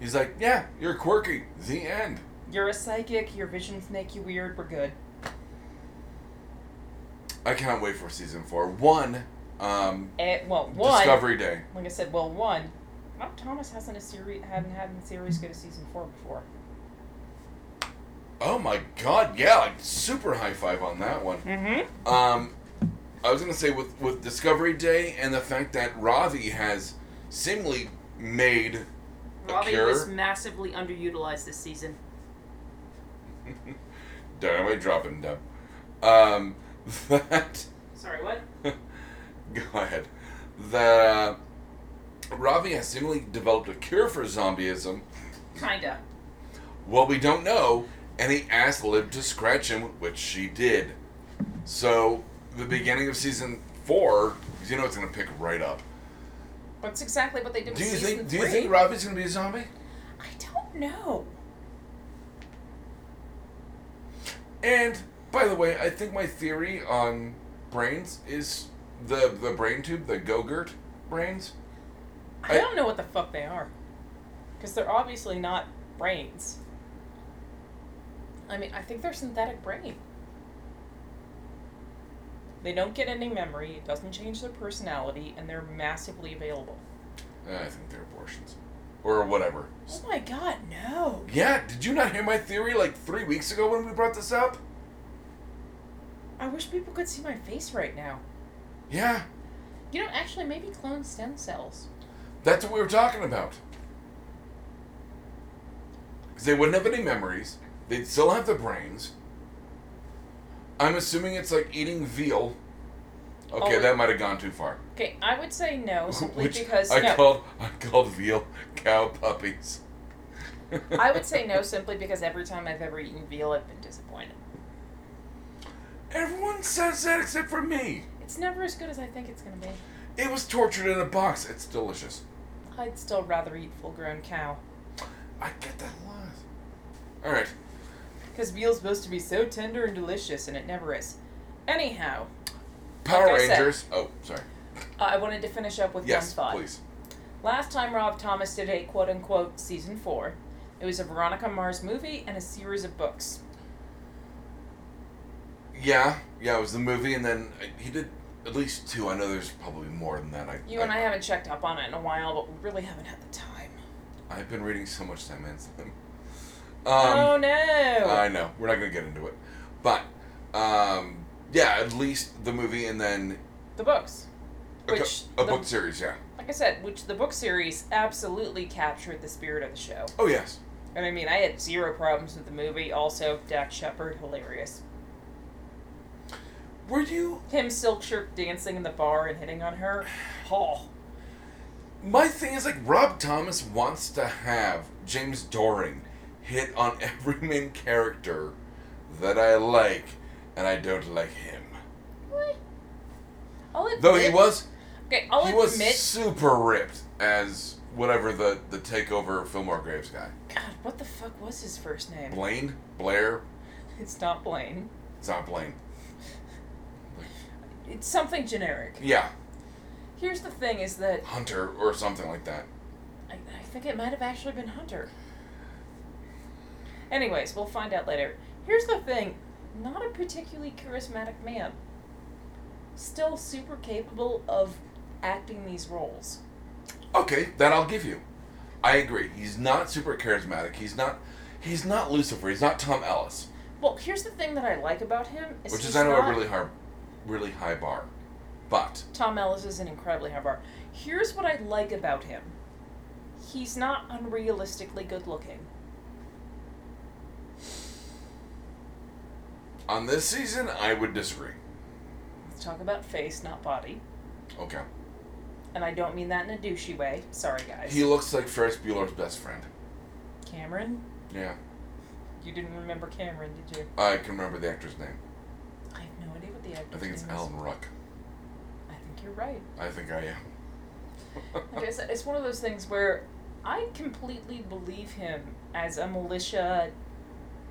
He's like, yeah, you're quirky. The end. You're a psychic. Your visions make you weird. We're good. I cannot wait for season four. One, um, Eh, well, one. Discovery Day. Like I said, well, one. Rob Thomas hasn't a series, hadn't had a series go to season four before. Oh my god, yeah, like super high five on that one. Mm-hmm. Um, I was gonna say with with Discovery Day and the fact that Ravi has seemingly made Robbie cure? was massively underutilized this season. dynamite dropping them. Um, that Sorry, what? go ahead. That uh, Ravi has seemingly developed a cure for zombieism. Kinda. Well, we don't know. And he asked Liv to scratch him, which she did. So, the beginning of season four, 'cause you know it's going to pick right up. That's exactly what they did with Do you season think? Do three. you think Robbie's going to be a zombie? I don't know. And by the way, I think my theory on brains is the the brain tube, the Gogurt brains. I, I- don't know what the fuck they are. Because they're obviously not brains. I mean, I think they're synthetic brain. They don't get any memory, it doesn't change their personality, and they're massively available. Uh, I think they're abortions, or whatever. Oh my god, no. Yeah, did you not hear my theory like three weeks ago when we brought this up? I wish people could see my face right now. Yeah, You know, actually, maybe clone stem cells. That's what we were talking about. Because they wouldn't have any memories. They'd still have the brains. I'm assuming it's like eating veal. Okay, Oh. that might have gone too far. Okay, I would say no, simply Which because. I no. called I called veal cow puppies. I would say no, simply because every time I've ever eaten veal, I've been disappointed. Everyone says that except for me. It's never as good as I think it's gonna be. It was tortured in a box. It's delicious. I'd still rather eat full grown cow. I get that a lot. All right. Because veal's supposed to be so tender and delicious, and it never is. Anyhow, Power Like I said- Rangers. oh, sorry. I wanted to finish up with Yes, one thought. please. Last time Rob Thomas did a quote unquote season four, it was a Veronica Mars movie and a series of books. Yeah, yeah, it was the movie, and then uh, he did at least two. I know there's probably more than that. I, You and I haven't checked up on it in a while, but we really haven't had the time. I've been reading so much Sam Anselm. Um, oh no! I know we're not gonna get into it, but um, yeah, at least the movie, and then the books, a, cou- which the- a book series. Yeah. like I said, which the book series absolutely captured the spirit of the show. Oh yes. And I mean, I had zero problems with the movie. Also, Dak Shepard, hilarious. Were you? Him silk shirt dancing in the bar and hitting on her. Oh, My thing is like Rob Thomas wants to have James Doring hit on every main character that I like, and I don't like him. what? I'll admit, Though he was Okay, I'll he admit. was super ripped as whatever the the takeover Fillmore Graves guy. God, what the fuck was his first name? Blaine? Blair? It's not Blaine. It's not Blaine. It's something generic. Yeah, Here's the thing: is that Hunter or something like that. I, I think it might have actually been Hunter. Anyways, we'll find out later. Here's the thing not a particularly charismatic man. Still super capable of acting these roles. Okay, that I'll give you. I agree. He's not super charismatic. He's not he's not Lucifer. He's not Tom Ellis. Well, here's the thing that I like about him is which is he's I know not- a really hard, really high bar, but Tom Ellis is an incredibly high bar. Here's what I like about him. He's not unrealistically good looking. on this season I would disagree. Let's talk about face, not body. Okay, And I don't mean that in a douchey way. Sorry guys. he looks like Ferris Bueller's best friend. Cameron? Yeah, You didn't remember Cameron, did you? I can remember the actor's name. I have no idea what the actor's I think it's name is. Alan Ruck. I think you're right. I think I am. Like I said, it's one of those things where I completely believe him as a militia,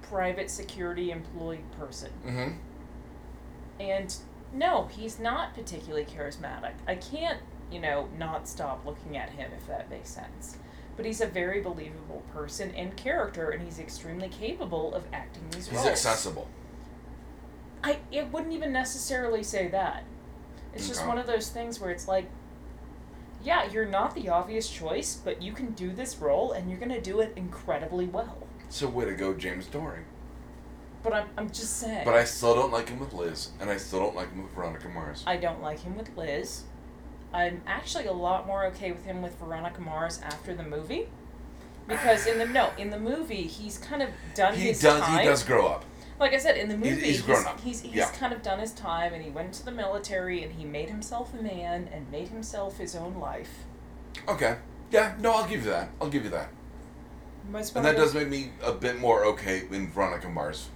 private security employed person. mm-hmm. And no, he's not particularly charismatic. I can't, you know, not stop looking at him if that makes sense. But he's a very believable person and character, and he's extremely capable of acting these He's roles. accessible. I it wouldn't even necessarily say that. It's just Okay. one of those things where it's like, yeah, you're not the obvious choice, but you can do this role and you're gonna do it incredibly well. So way to go, James Doring. But I'm I'm just saying. But I still don't like him with Liz, and I still don't like him with Veronica Mars. I don't like him with Liz. I'm actually a lot more okay with him with Veronica Mars after the movie. Because in the no, in the movie he's kind of done He his does. time. He does grow up. Like I said, in the movie, He's- he's grown up. he's, he's Yeah. kind of done his time, and he went to the military, and he made himself a man, and made himself his own life. Okay. Yeah. No, I'll give you that. I'll give you that. Most And that probably- does make me a bit more okay in Veronica Mars.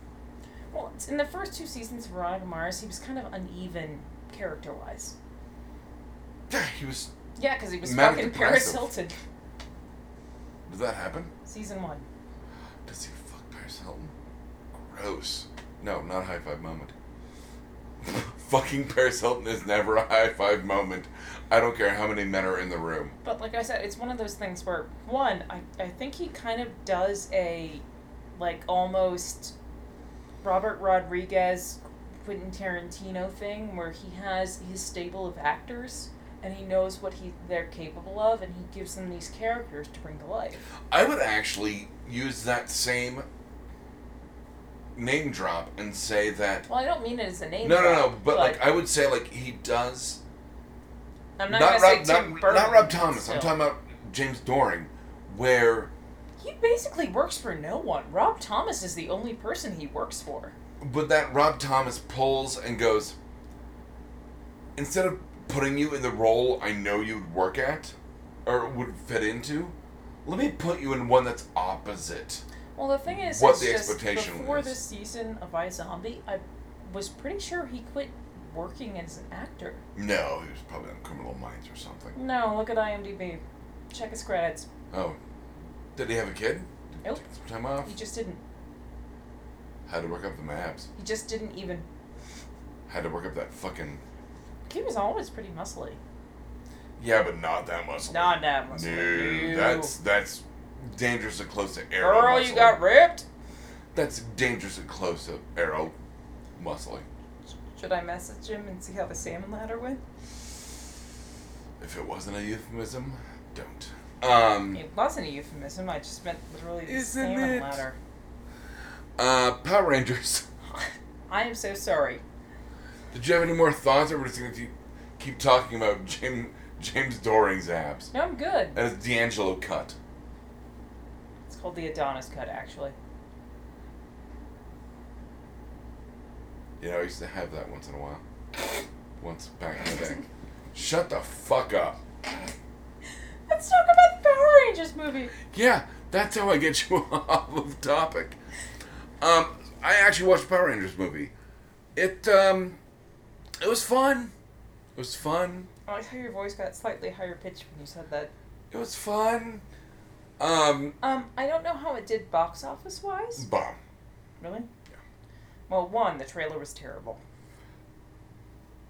Well, it's- in the first two seasons of Veronica Mars, he was kind of uneven character-wise. Yeah, he was. Yeah, because he was Manic fucking Paris depressive. Hilton. Did that happen? Season one. Does he fuck Paris Hilton? Gross. No, not a high five moment. Fucking Paris Hilton is never a high five moment. I don't care how many men are in the room. But like I said, it's one of those things where one, I, I think he kind of does a like almost Robert Rodriguez Quentin Tarantino thing where he has his stable of actors and he knows what he they're capable of and he gives them these characters to bring to life. I would actually use that same name drop and say that. Well, I don't mean it as a name. No, no, drop, no. But like, I would say like he does. I'm not, not gonna Rob, say Tim not, Burton, not Rob Thomas. I'm so- talking about James Doring, where. He basically works for no one. Rob Thomas is the only person he works for. But that Rob Thomas pulls and goes, instead of putting you in the role I know you'd work at or would fit into, let me put you in one that's opposite. Well, the thing is, what it's the just expectation before is. this season of I Zombie, I was pretty sure he quit working as an actor. No, he was probably on Criminal Minds or something. No, look at IMDb, check his credits. Oh. Did he have a kid? Nope, Take some time off? he just didn't. Had to work up the abs. He just didn't even. Had to work up that fucking. He was always pretty muscly. Yeah, but not that muscle. Not that muscly. Dude, Ew. that's that's dangerously close to arrow. girl, muscle. you got ripped. That's dangerously close to arrow muscling. Should I message him and see how the salmon ladder went? If it wasn't a euphemism, don't. Um, It wasn't a euphemism. I just meant literally the Isn't salmon it? ladder. uh, Power Rangers. I am so sorry. Did you have any more thoughts, or we're just gonna keep, keep talking about James James Doring's abs? No, I'm good. That is D'Angelo cut. It's called the Adonis cut, actually. You know, I used to have that once in a while. Once back in the day. Shut the fuck up. Let's talk about the Power Rangers movie. Yeah, that's how I get you off of topic. Um, I actually watched Power Rangers movie. It um, it was fun. It was fun. Oh, I like how your voice got slightly higher pitched when you said that. It was fun. Um, Um, I don't know how it did box office wise. bomb. Really? Well, one, the trailer was terrible.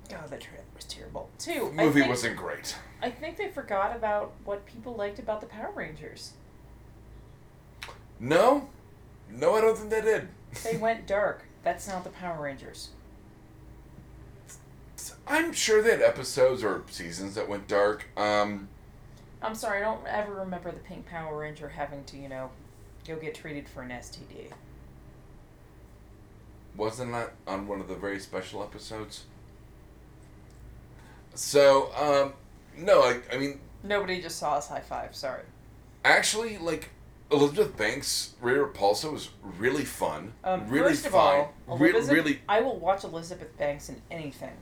God, Oh, the trailer was terrible. Two, I Movie think- wasn't great. I think they forgot about what people liked about the Power Rangers. No, no, I don't think they did. They went dark. That's not the Power Rangers. I'm sure they had episodes or seasons that went dark. Um, I'm sorry, I don't ever remember the Pink Power Ranger having to, you know, go get treated for an STD. wasn't that on one of the very special episodes? So, um, no, I, I mean, Nobody just saw us high five. Sorry. actually, like Elizabeth Banks, Rita Repulsa was really fun. Um, really first of fine. all, Re- Elizabeth, really, I will watch Elizabeth Banks in anything.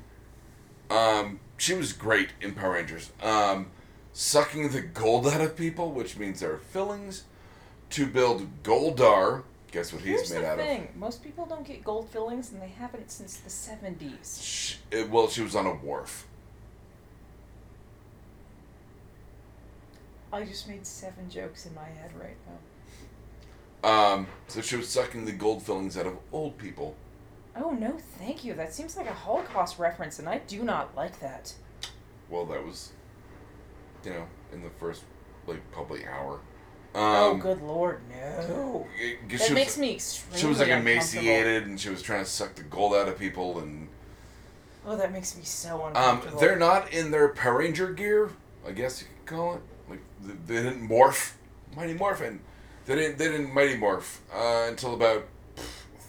um, she was great in Power Rangers. Um, sucking the gold out of people, which means their fillings, to build Goldar. Guess what he's Here's made the out thing: most people don't get gold fillings, and they haven't since the of. '70s. She, it, well, she was on a wharf. I just made seven jokes in my head right now. Um, so she was sucking the gold fillings out of old people. Oh no, thank you. That seems like a Holocaust reference, and I do not like that. Well, that was, you know, in the first like probably hour. Um, oh good lord, no. y- y- That she makes was, me extremely. She was like uncomfortable. emaciated, and she was trying to suck the gold out of people. And Oh, that makes me so um, uncomfortable. they're not in their Power Ranger gear, I guess you could call it. Like th- they didn't morph, Mighty Morphin. They didn't. They didn't Mighty Morph uh, until about pff,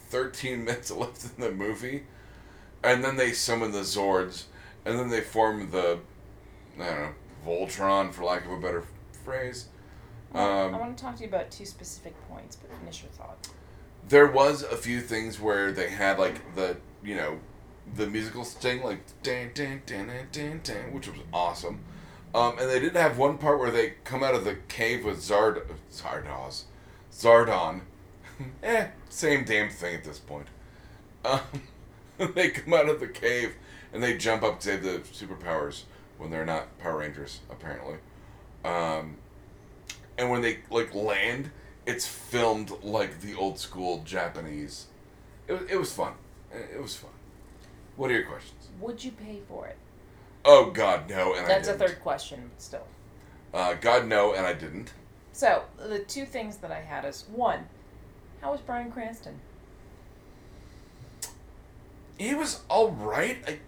thirteen minutes left in the movie, and then they summon the Zords, and then they form the, I don't know, Voltron for lack of a better phrase. I um, want to talk to you about two specific points, but finish your thought. there was a few things where they had like the you know the musical sting like dun, dun, dun, dun, dun, dun, which was awesome um, and they did have one part where they come out of the cave with Zard Zardoz Zardon eh same damn thing at this point um, they come out of the cave and they jump up to the superpowers when they're not Power Rangers apparently um, and when they like land, it's filmed like the old school Japanese. It, wa- it was fun. It it was fun. What are your questions? Would you pay for it? Oh God, no, and That's I a didn't. third question, but still. Uh, God, no, and I didn't. So the two things that I had is one, how was Brian Cranston? He was all right. I,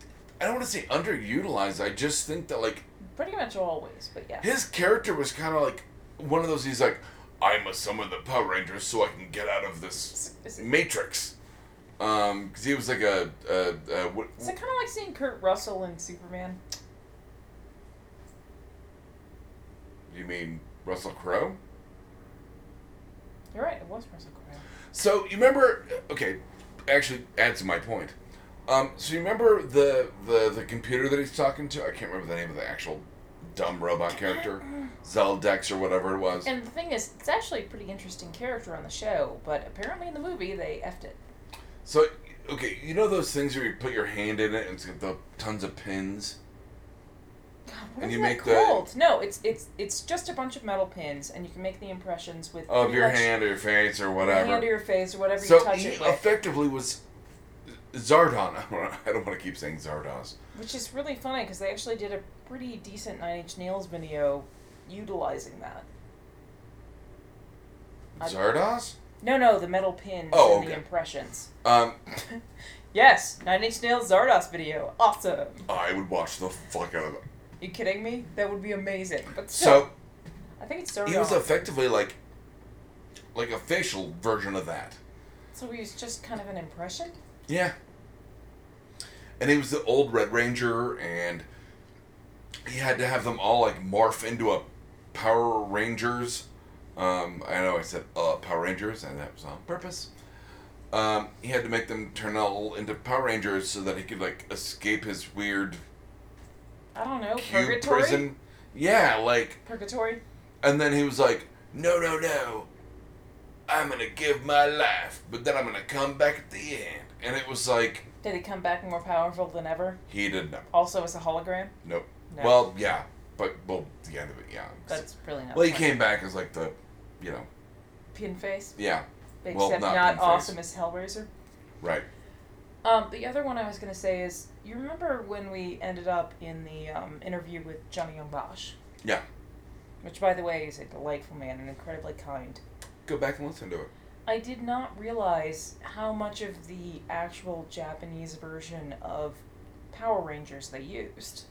I don't want to say underutilized. I just think that like Pretty much always, but yeah. his character was kind of like one of those. He's like, I must summon the Power Rangers so I can get out of this Is, is it, matrix. Um, because he was like a, a, a what, is it kind of like seeing Kurt Russell in Superman? you mean Russell Crowe? You're right. It was Russell Crowe. So you remember? Okay, actually, adds to my point. Um, so you remember the, the the computer that he's talking to? I can't remember the name of the actual dumb robot character, Zeldex or whatever it was. And the thing is, it's actually a pretty interesting character on the show, but apparently in the movie they effed it. So okay, you know those things where you put your hand in it and it's got the tons of pins. God, what And is you that make the- called? No, it's it's it's just a bunch of metal pins, and you can make the impressions with Of pretty your much hand or your face or your hand or whatever. your face or whatever you So touch he it with, effectively was Zardon. I don't, I don't want to keep saying Zardoz. which is really funny because they actually did a pretty decent Nine Inch Nails video utilizing that. I- Zardoz? No, no, the metal pins Oh, and the okay. impressions. Um, Yes, Nine Inch Nails Zardos video. Awesome. I would watch the fuck out of it. You kidding me? That would be amazing. But still, So I think it's Zardos. He was effectively like, like a facial version of that. so he was just kind of an impression. Yeah. And he was the old Red Ranger, and he had to have them all like morph into a Power Rangers. Um, I know I said uh, Power Rangers, and that was on purpose. Um, he had to make them turn all into Power Rangers so that he could like escape his weird I don't know. cube purgatory. prison. Yeah, like Purgatory. and then he was like, "No, no, no, I'm gonna give my life, but then I'm gonna come back at the end." And it was like Did he come back more powerful than ever? he didn't know. Also as a hologram. Nope. No. Well, yeah, but well, the end of it, yeah. That's really not. well, he funny. came back as like the, you know, Pin face. yeah, Except Well, not not, Pinface. awesome as Hellraiser. right. Um, the other one I was going to say is you remember when we ended up in the um, interview with Johnny Young Bosch? Yeah. Which, by the way, is a delightful man and incredibly kind. Go back and listen to it. I did not realize how much of the actual Japanese version of Power Rangers they used.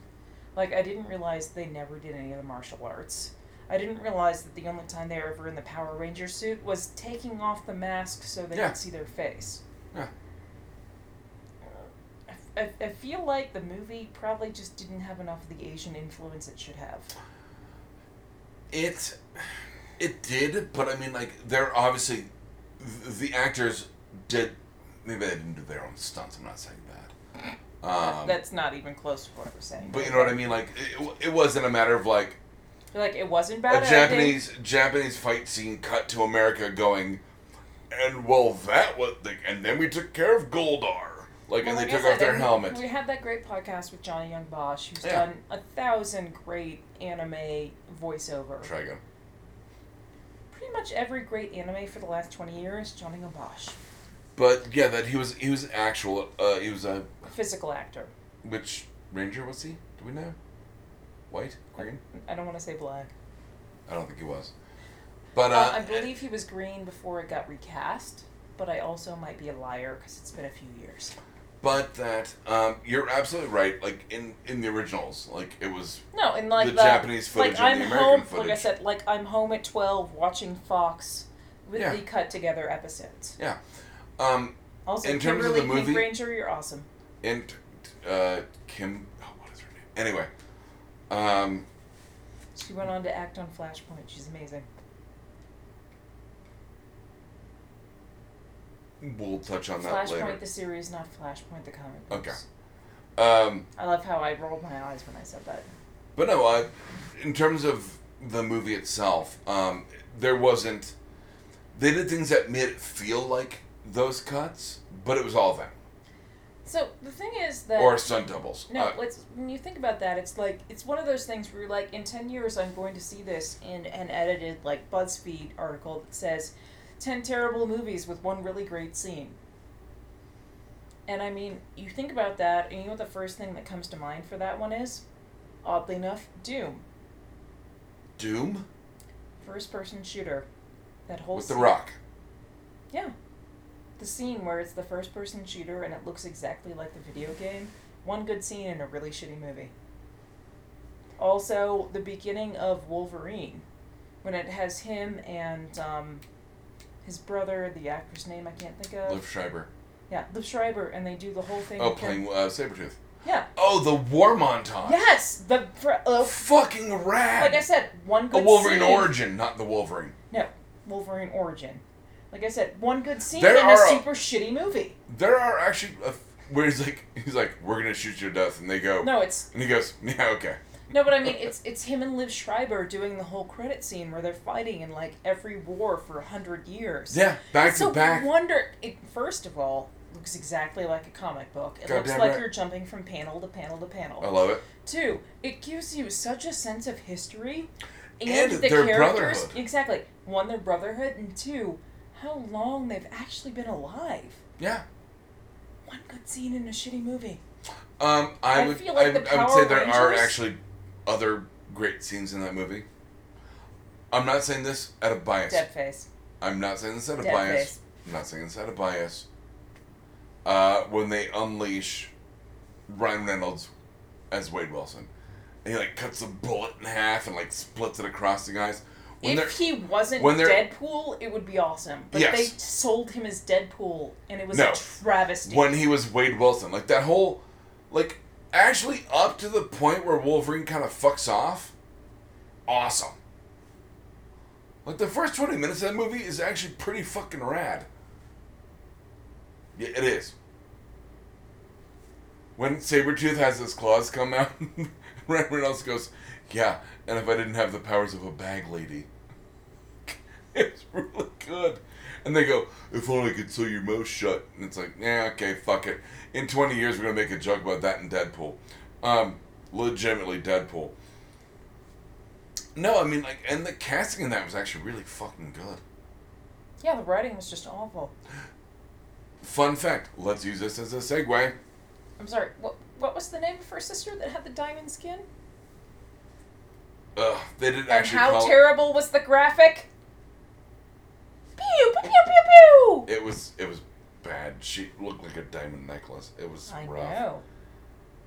Like, I didn't realize they never did any of the martial arts. I didn't realize that the only time they were ever in the Power Ranger suit was taking off the mask so they Yeah. could see their face. Yeah. I, I, I feel like the movie probably just didn't have enough of the Asian influence it should have. It, it did, but I mean, like, they're obviously, th- the actors did. Maybe they didn't do their own stunts. I'm not saying that. Um, That's not even close to what I was saying. but you know what I mean. Like, it, it wasn't a matter of like Like, it wasn't a bad acting. Japanese Japanese fight scene cut to America going, and well, that was, the, and then we took care of Goldar. Like, Well, and they like I took said, off their and helmet. We had that great podcast with Johnny Young Bosch, who's Yeah. done a thousand great anime voiceover. Try again. Pretty much every great anime for the last twenty years, Johnny Young Bosch, But yeah, that he was he was actual. Uh, he was a physical actor. which ranger was he? Do we know? White, green? I don't want to say black. I don't think he was. But uh, Uh, I believe he was green before it got recast, but I also might be a liar because it's been a few years. But that um, you're absolutely right. Like in in the originals, like it was No, and like the, Japanese footage like I'm and the home. American footage. Like I said, like I'm home at twelve watching Fox with Yeah. the cut together episodes. yeah. Um, Also, In terms of Kimberly the Pink movie- Ranger, you're awesome. and uh, Kim, oh, what is her name? Anyway, um, She went on to act on Flashpoint. She's amazing. we'll touch on that Flashpoint later. the series, not Flashpoint the comic books. Okay. Um, I love how I rolled my eyes when I said that. But no, I, in terms of the movie itself, um, there wasn't. They did things that made it feel like those cuts, but it was all them So the thing is that or stunt doubles. no, Uh, let's when you think about that, it's like it's one of those things where you're like, in ten years, I'm going to see this in an edited like BuzzFeed article that says, 10 terrible movies with one really great scene." And I mean, you think about that, and you know what the first thing that comes to mind for that one is? Oddly enough, Doom, Doom first-person shooter. That whole with the scene- Rock. Yeah. The scene where it's the first person shooter and it looks exactly like the video game. One good scene in a really shitty movie. Also, the beginning of Wolverine, when it has him and um, his brother, the actor's name I can't think of. Liv Schreiber. Yeah, Liv Schreiber, and they do the whole thing. Oh, with him. playing uh, Sabretooth. Yeah. Oh, the war montage. Yes! The. fr- Uh, Fucking rad. like I said, one a good Wolverine scene. origin, not the Wolverine. No, Wolverine Origin. Like I said, one good scene There in are a a- super shitty movie. There are actually a f- where he's like, he's like, we're gonna shoot you to death, and they go, No, it's and he goes, yeah, okay. No, but I mean, it's it's him and Liv Schreiber doing the whole credit scene where they're fighting in like every war for a hundred years. Yeah, back so to back. wonder. It first of all looks exactly like a comic book. It looks Goddamn like right. you're jumping from panel to panel to panel. I love it. Two, it gives you such a sense of history And and, the their characters. brotherhood. Exactly. One, their brotherhood, and two, how long they've actually been alive. Yeah. One good scene in a shitty movie. Um, I, I would, feel like I, would the I would Power say there are Rangers- actually other great scenes in that movie. I'm not saying this out of bias. Dead face. I'm not saying this out of Dead bias. face. I'm not saying this out of bias. Uh, when they unleash Ryan Reynolds as Wade Wilson, and he like cuts the bullet in half and like splits it across the guys. When they're if he wasn't when they're- Deadpool, it would be awesome. But Yes. they sold him as Deadpool, and it was No. a travesty. when he was Wade Wilson, like that whole, like actually up to the point where Wolverine kind of fucks off. Awesome. Like the first twenty minutes of that movie is actually pretty fucking rad. Yeah, it is. When Sabretooth has his claws come out, Ryan Reynolds goes, Yeah, and if I didn't have the powers of a bag lady. it's really good. And they go, If only I could sew your mouth shut. And it's like, Yeah, okay, fuck it. In 20 years, we're going to make a joke about that in Deadpool. Um, legitimately, Deadpool. No, I mean, like, and the casting in that was actually really fucking good. Yeah, the writing was just awful. Fun fact let's use this as a segue. I'm sorry. What what was the name of her sister that had the diamond skin? Ugh, they didn't And actually how call terrible was the graphic? Pew pew pew pew. it. It was it was bad. She looked like a diamond necklace. It was I rough. know.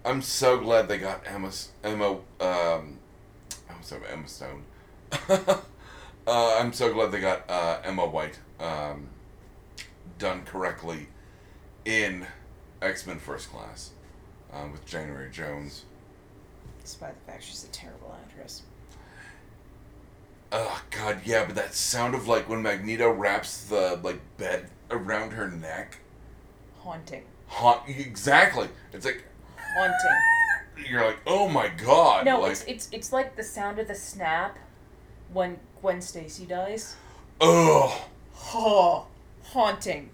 I'm so glad they got Emma S- Emma um I was sorry, Emma Stone. uh, I'm so glad they got uh, Emma White um, done correctly in X Men First Class um, with January Jones. Despite the fact she's a terrible actress. Oh God, yeah, but that sound of like when Magneto wraps the like bed around her neck. Haunting. Haunt exactly. It's like Haunting. you're like, oh my god. No, like, it's it's it's like the sound of the snap when Gwen Stacy dies. oh. Oh, haunting.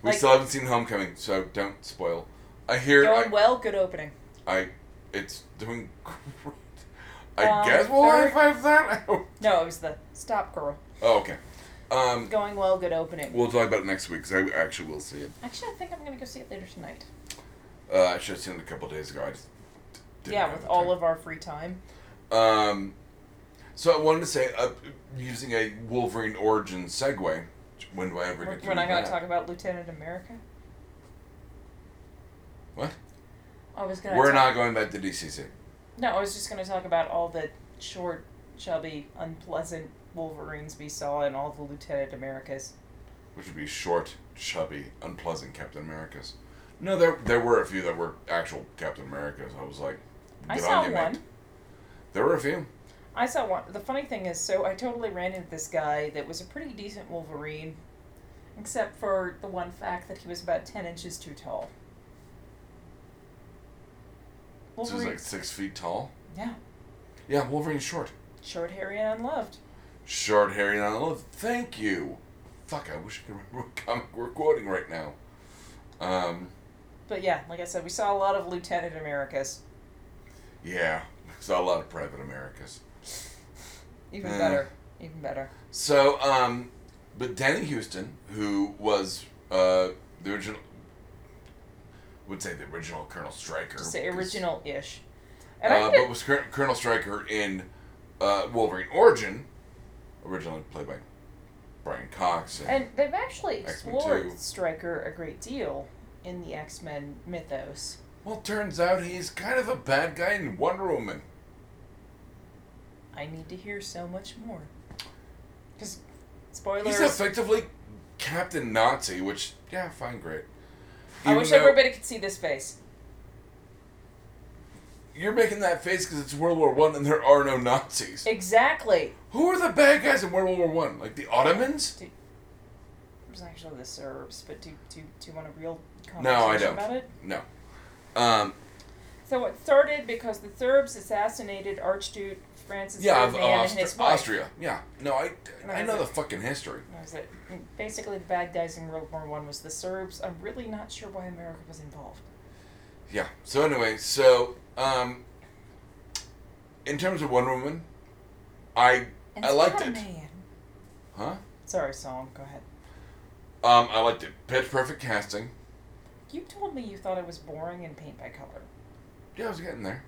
We Like- still haven't seen Homecoming, so don't spoil. I hear I, Going well, good opening. I it's doing great. I Um, guess we'll high third- five that. Oh, No, it was the stop girl. okay. Um, Going well, good opening. we'll talk about it next week because I actually will see it. Actually, I think I'm gonna go see it later tonight. Uh, I should have seen it a couple days ago. I just didn't yeah, have with the all time. of our free time. Um, so I wanted to say, uh, using a Wolverine origin segue. When do I ever We're, get? we're do not gonna that? talk about Lieutenant America. What? I was gonna. We're talk- not going back to DCC. No, I was just gonna talk about all the short, chubby, unpleasant Wolverines we saw and all the Lieutenant Americas. which would be short, chubby, unpleasant Captain Americas. No, there there were a few that were actual Captain Americas. I was like, I good saw you, one. mate. There were a few. I saw one. The funny thing is, so I totally ran into this guy that was a pretty decent Wolverine, except for the one fact that he was about 10 inches too tall. This was Wolverine. like six feet tall. yeah. Yeah, Wolverine's short, Short, hairy, and unloved. short, hairy, and I love. Thank you. Fuck, I wish I could remember what comic we're quoting right now. Um, But yeah, like I said, we saw a lot of Lieutenant Americas. yeah, saw a lot of Private Americas. Even Yeah. better. Even better. So, um, but Danny Houston, who was uh, the original, would say the original Colonel Stryker. Just say 'cause- original ish. And uh, I but did, was Col- Colonel Stryker in uh, Wolverine Origin, originally played by Brian Cox. And, and they've actually X-Men explored too. Stryker a great deal in the X Men mythos. well, turns out he's kind of a bad guy in Wonder Woman. I need to hear so much more. Because spoilers. He's effectively Captain Nazi, which yeah, fine, great. I Even wish though- everybody could see this face. You're making that face because it's World War One and there are no Nazis. Exactly. Who are the bad guys in World War One? Like the Ottomans? It was actually the Serbs, but do do do you want a real conversation No, I don't. about it? No. Um, So it started because the Serbs assassinated Archduke Francis yeah, of, of Ferdinand Austri- and his wife. Austria. Yeah. No, I, I know the fucking history. That was it. Basically, the bad guys in World War One was the Serbs. I'm really not sure why America was involved. Yeah. So anyway, so um, in terms of Wonder Woman, I And I liked it. Spider-Man. Huh? Sorry, Psalm. Go ahead. Um, I liked it. Pitch perfect casting. You told me you thought it was boring and paint by color. Yeah, I was getting there.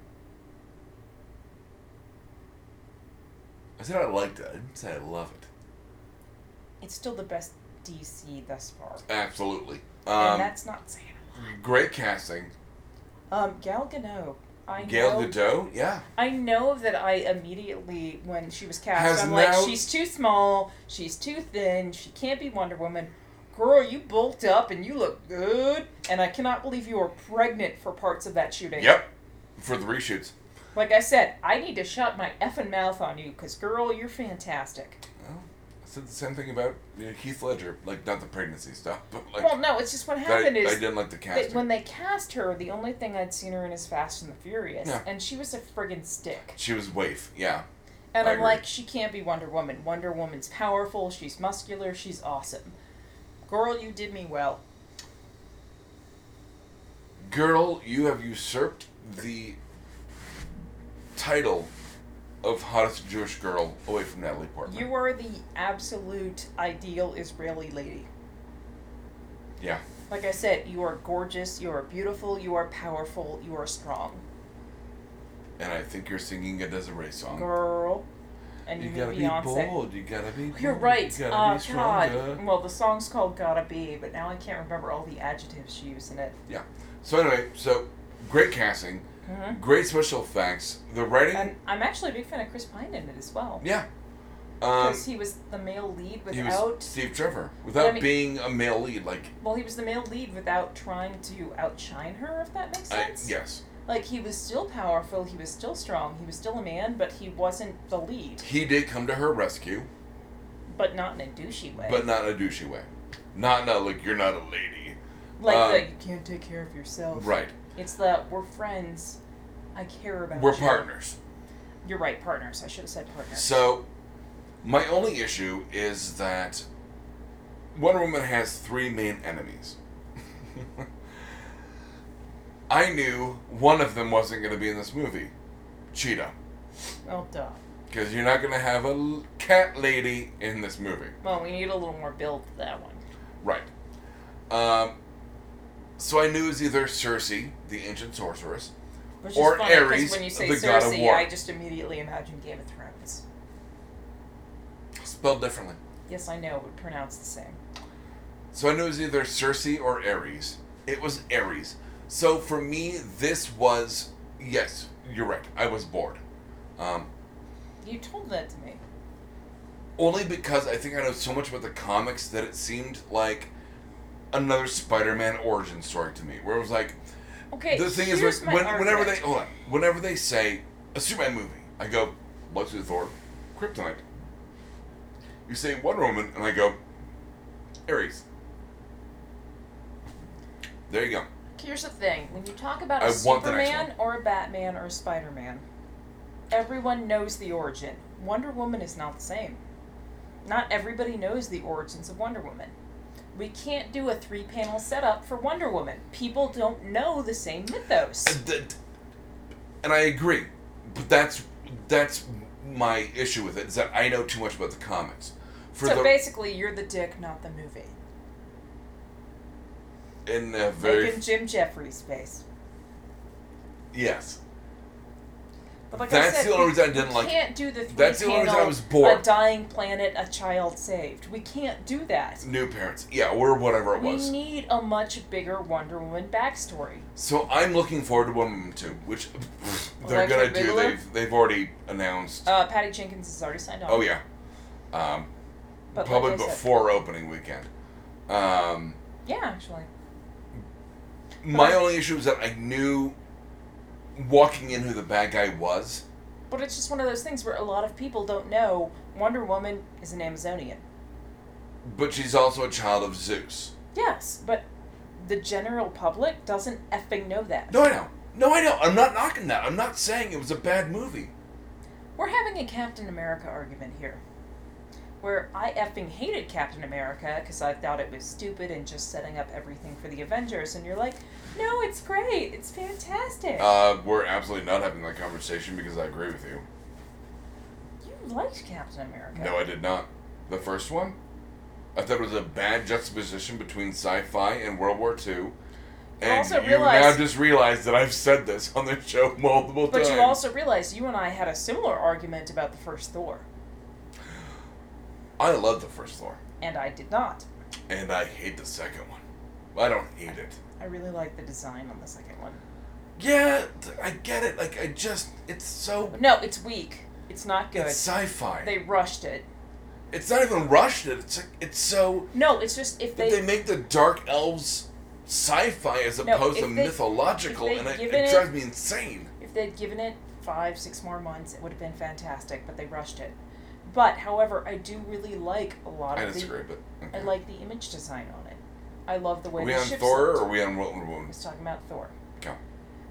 I said I liked it. I didn't say I love it. It's still the best DC thus far, Absolutely. and Um, that's not saying. a lot. great casting. Um, Gal Gadot. I Gail know. Gadot. Yeah. I know that I immediately, when she was cast, Has I'm now- like, she's too small, she's too thin, she can't be Wonder Woman. Girl, you bulked up and you look good, and I cannot believe you were pregnant for parts of that shooting. Yep. For the reshoots. Like I said, I need to shut my effing mouth on you, cause girl, you're fantastic. Well, I said the same thing about you know, Heath Ledger. Like not the pregnancy stuff, but like well, no, it's just what that I, happened I is didn't like the that casting. when they cast her, the only thing I'd seen her in is Fast and the Furious, Yeah. and she was a friggin' stick. she was waif. Yeah, And I I'm agree. like, she can't be Wonder Woman. Wonder Woman's powerful. She's muscular. She's awesome. Girl, you did me well. girl, you have usurped the title of hottest Jewish girl away from Natalie Portman. You are the absolute ideal Israeli lady. yeah, Like I said, you are gorgeous. You are beautiful. You are powerful. You are strong, and I think you're singing a Desiree song. girl. And you you, gotta meet be Beyonce. bold. You gotta be. Bold, You're right. You Oh gotta be stronger. God. Well, the song's called "Gotta Be," but now I can't remember all the adjectives she used in it. Yeah. So anyway, so great casting, Mhm. great special effects. The writing. And I'm actually a big fan of Chris Pine in it as well. yeah. Um, Because he was the male lead he without. was Steve Trevor without mean- being a male lead. Like, Well, he was the male lead without trying to outshine her, if that makes I, sense. yes, Like, he was still powerful, he was still strong, he was still a man, but he wasn't the lead. he did come to her rescue, But not in a douchey way. but not in a douchey way. Not in a like you're not a lady, like, um, the, you can't take care of yourself. right? It's the, we're friends, I care about We're you. partners. You're right, partners. I should have said partners. So, my only issue is that Wonder Woman has three main enemies. I knew one of them wasn't going to be in this movie Cheetah. Well, duh. Because you're not going to have a l- cat lady in this movie. Well, we need a little more build to that one. Right. Um, so, I knew it was either Cersei, the ancient sorceress, Which Or is funny 'cause Ares, when you say the Cersei, god of war. I just immediately imagine Game of Thrones. spelled differently. Yes, I know, but pronounced the same. So I knew it was either Cersei or Ares. It was Ares. So for me, this was yes, you're right. I was bored. Um, You told that to me. only because I think I know so much about the comics that it seemed like another Spider-Man origin story to me, where it was like Okay. the thing here's is when, my when- whenever they argument. hold on, whenever they say a Superman movie, I go Lex Luthor, Kryptonite. You say Wonder Woman, and I go Ares. There you go. Here's the thing: when you talk about a I want the next Superman or a Batman or a Spider-Man, everyone knows the origin. Wonder Woman is not the same. Not everybody knows the origins of Wonder Woman. We can't do a three-panel setup for Wonder Woman. People don't know the same mythos. And th- and I agree, but that's that's my issue with it is that I know too much about the comics. For so the basically, you're the dick, not the movie. in a very Making Jim Jeffries face. yes, But like That's I said, the only we- reason I didn't we like it. can't do the three That's the only reason I panel, was bored. A dying planet, a child saved. We can't do that. new parents, yeah, or whatever it We was. need a much bigger Wonder Woman backstory. So I'm looking forward to Wonder Woman two, which they're Electric gonna do. Boogaloo? They've they've already announced. Uh, Patty Jenkins has already signed on. oh yeah, um, but probably like I said- before opening weekend. Um, Yeah, actually. my I- only issue is that I knew walking in who the bad guy was. But it's just one of those things where a lot of people don't know Wonder Woman is an Amazonian. But she's also a child of Zeus. Yes, but the general public doesn't effing know that. No, I know. No, I know. I'm not knocking that. I'm not saying it was a bad movie. We're having a Captain America argument here. Where I effing hated Captain America because I thought it was stupid and just setting up everything for the Avengers, and you're like, no, it's great, it's fantastic. Uh, we're absolutely not having that conversation because I agree with you. you liked Captain America. No, I did not. The first one? I thought it was a bad juxtaposition between sci fi and World War II. And also you now realize- just realized that I've said this on the show multiple but times. you also realize you and I had a similar argument about the first Thor, I love the first floor, and I did not. and I hate the second one. I don't hate it. I really liked the design on the second one. Yeah, I get it. Like, I just. It's so. No, it's weak. It's not good. It's sci fi. They rushed it. It's not even rushed. It's like, it's so. No, it's just if But they they make the dark elves sci-fi as No, opposed to if they- mythological, if they and it, give it it- drives me insane. If they'd given it five, six more months, it would have been fantastic, but they rushed it. But however, I do really like a lot I of the. disagree, but okay. I like the image design on it. I love the way Are we the on ships Thor looked. or are we on Wonder I Woman? was talking about Thor. Okay.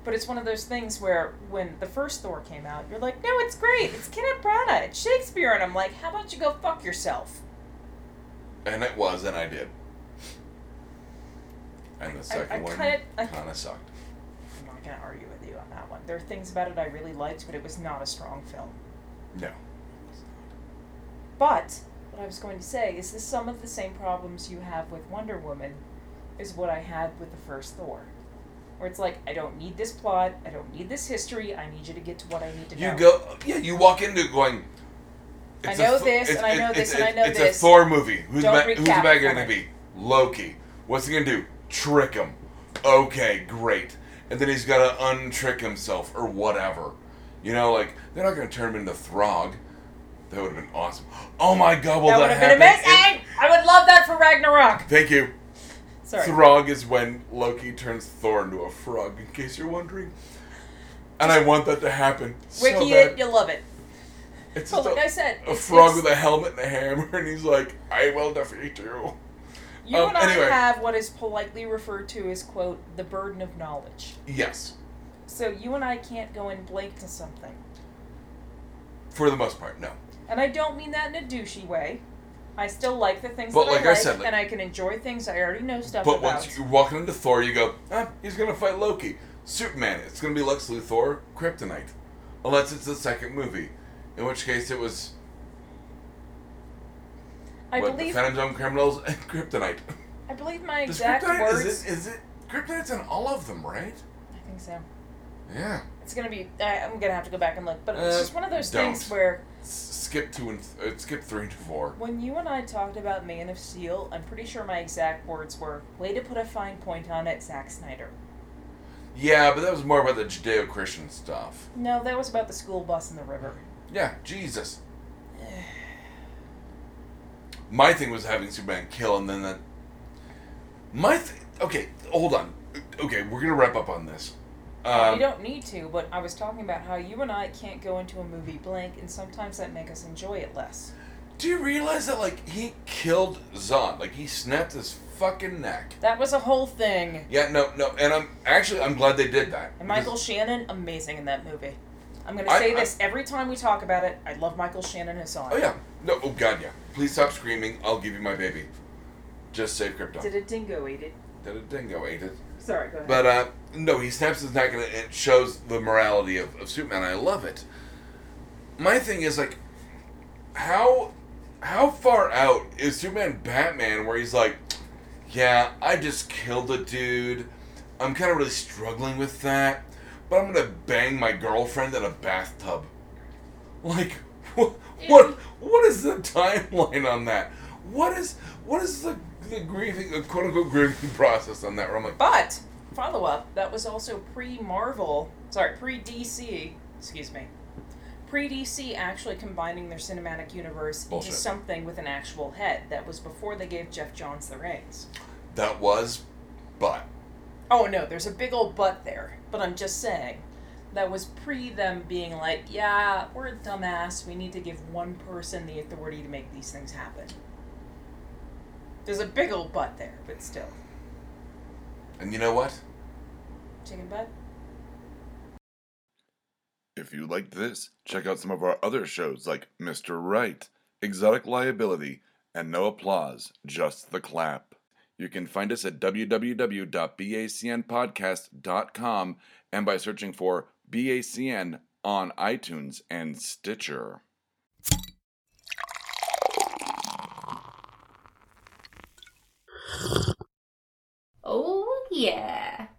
But it's one of those things where when the first Thor came out, you're like, no, it's great. It's Kenneth Branagh. It's Shakespeare. And I'm like, how about you go fuck yourself? And it was, and I did. And the second I one kinda- I- kind of sucked. I'm not going to argue with you on that one. There are things about it I really liked, but it was not a strong film. No. But what I was going to say is this some of the same problems you have with Wonder Woman is what I had with the first Thor. Where it's like, I don't need this plot, I don't need this history, I need you to get to what I need to You know. go, yeah, you walk into it going. I it's know a Th- this, it's- and I know it's- this, it's- and I know it's this. a Thor movie. Who's Don't ba- who's the recap for bad guy going to me. be? Loki. What's he going to do? Trick him. Okay, great. And then he's got to untrick himself or whatever. You know, like they're not going to turn him into Throg. That would have been awesome. Oh my God! Well, that that, would have been happened in- amazing! I would love that for Ragnarok! Thank you. Sorry. Throg is when Loki turns Thor into a frog, in case you're wondering. And I want that to happen. so Wiki bad. it, you love it. It's But just like a, I said, a it's- frog it's- with a helmet and a hammer, and he's like, I will defeat you. You Um, and I anyway. have what is politely referred to as, quote, the burden of knowledge. Yes, So you and I can't go in blank to something. for the most part, no. And I don't mean that in a douchey way. I still like the things But that like I I like, said, like- and I can enjoy things I already know stuff But about. once you walk into Thor, you go, ah, he's going to fight Loki. Superman, it's going to be Lex Luthor, Kryptonite. Unless it's the second movie, in which case it was I what, believe the Phantom Zone Criminals and Kryptonite. I believe my Does exact Kryptonite, words. is it, is it, Kryptonite's in all of them, right? I think so. Yeah. It's gonna be. I, I'm gonna have to go back and look, but it's Uh, just one of those things don't. where S- skip two and th- uh, skip three and four. when you and I talked about Man of Steel, I'm pretty sure my exact words were "way to put a fine point on it, Zack Snyder." Yeah, but that was more about the Judeo-Christian stuff. No, that was about the school bus in the river. Yeah, Jesus. My thing was having Superman kill, and then that. My th- okay, hold on. Okay, we're gonna wrap up on this. you Um, don't need to, but I was talking about how you and I can't go into a movie blank, and sometimes that makes us enjoy it less. do you realize that like he killed Zod? Like he snapped his fucking neck. That was a whole thing. Yeah, no, no, and I'm actually I'm glad they did that. And Michael because Shannon, amazing in that movie. I'm gonna I- say I- this every time we talk about it. I love Michael Shannon as on. Oh yeah. No. Oh god, yeah. Please stop screaming. I'll give you my baby. Just save Krypton. Did a dingo eat it? Did a dingo ate it? Sorry, go ahead. But uh, no, he snaps his neck and it- it shows the morality of, of Superman. I love it. My thing is like, how how far out is Superman Batman where he's like, yeah, I just killed a dude. I'm kind of really struggling with that, but I'm gonna bang my girlfriend in a bathtub. Like, what what, what is the timeline on that? What is what is the the grieving, the quote unquote grieving process on that? Where I'm like. But follow up. That was also pre Marvel. Sorry, pre DC. Excuse me. Pre DC actually combining their cinematic universe Bullshit. into something with an actual head. That was before they gave Jeff Johns the reins. That was, but Oh no, there's a big old butt there. But I'm just saying, that was pre them being like, yeah, we're a dumbass. We need to give one person the authority to make these things happen. There's a big old butt there, but still. and you know what? Chicken butt? If you liked this, check out some of our other shows like Mr. Right, Exotic Liability, and No Applause, Just the Clap. You can find us at www.bacnpodcast.com and by searching for BACN on iTunes and Stitcher. Oh, yeah.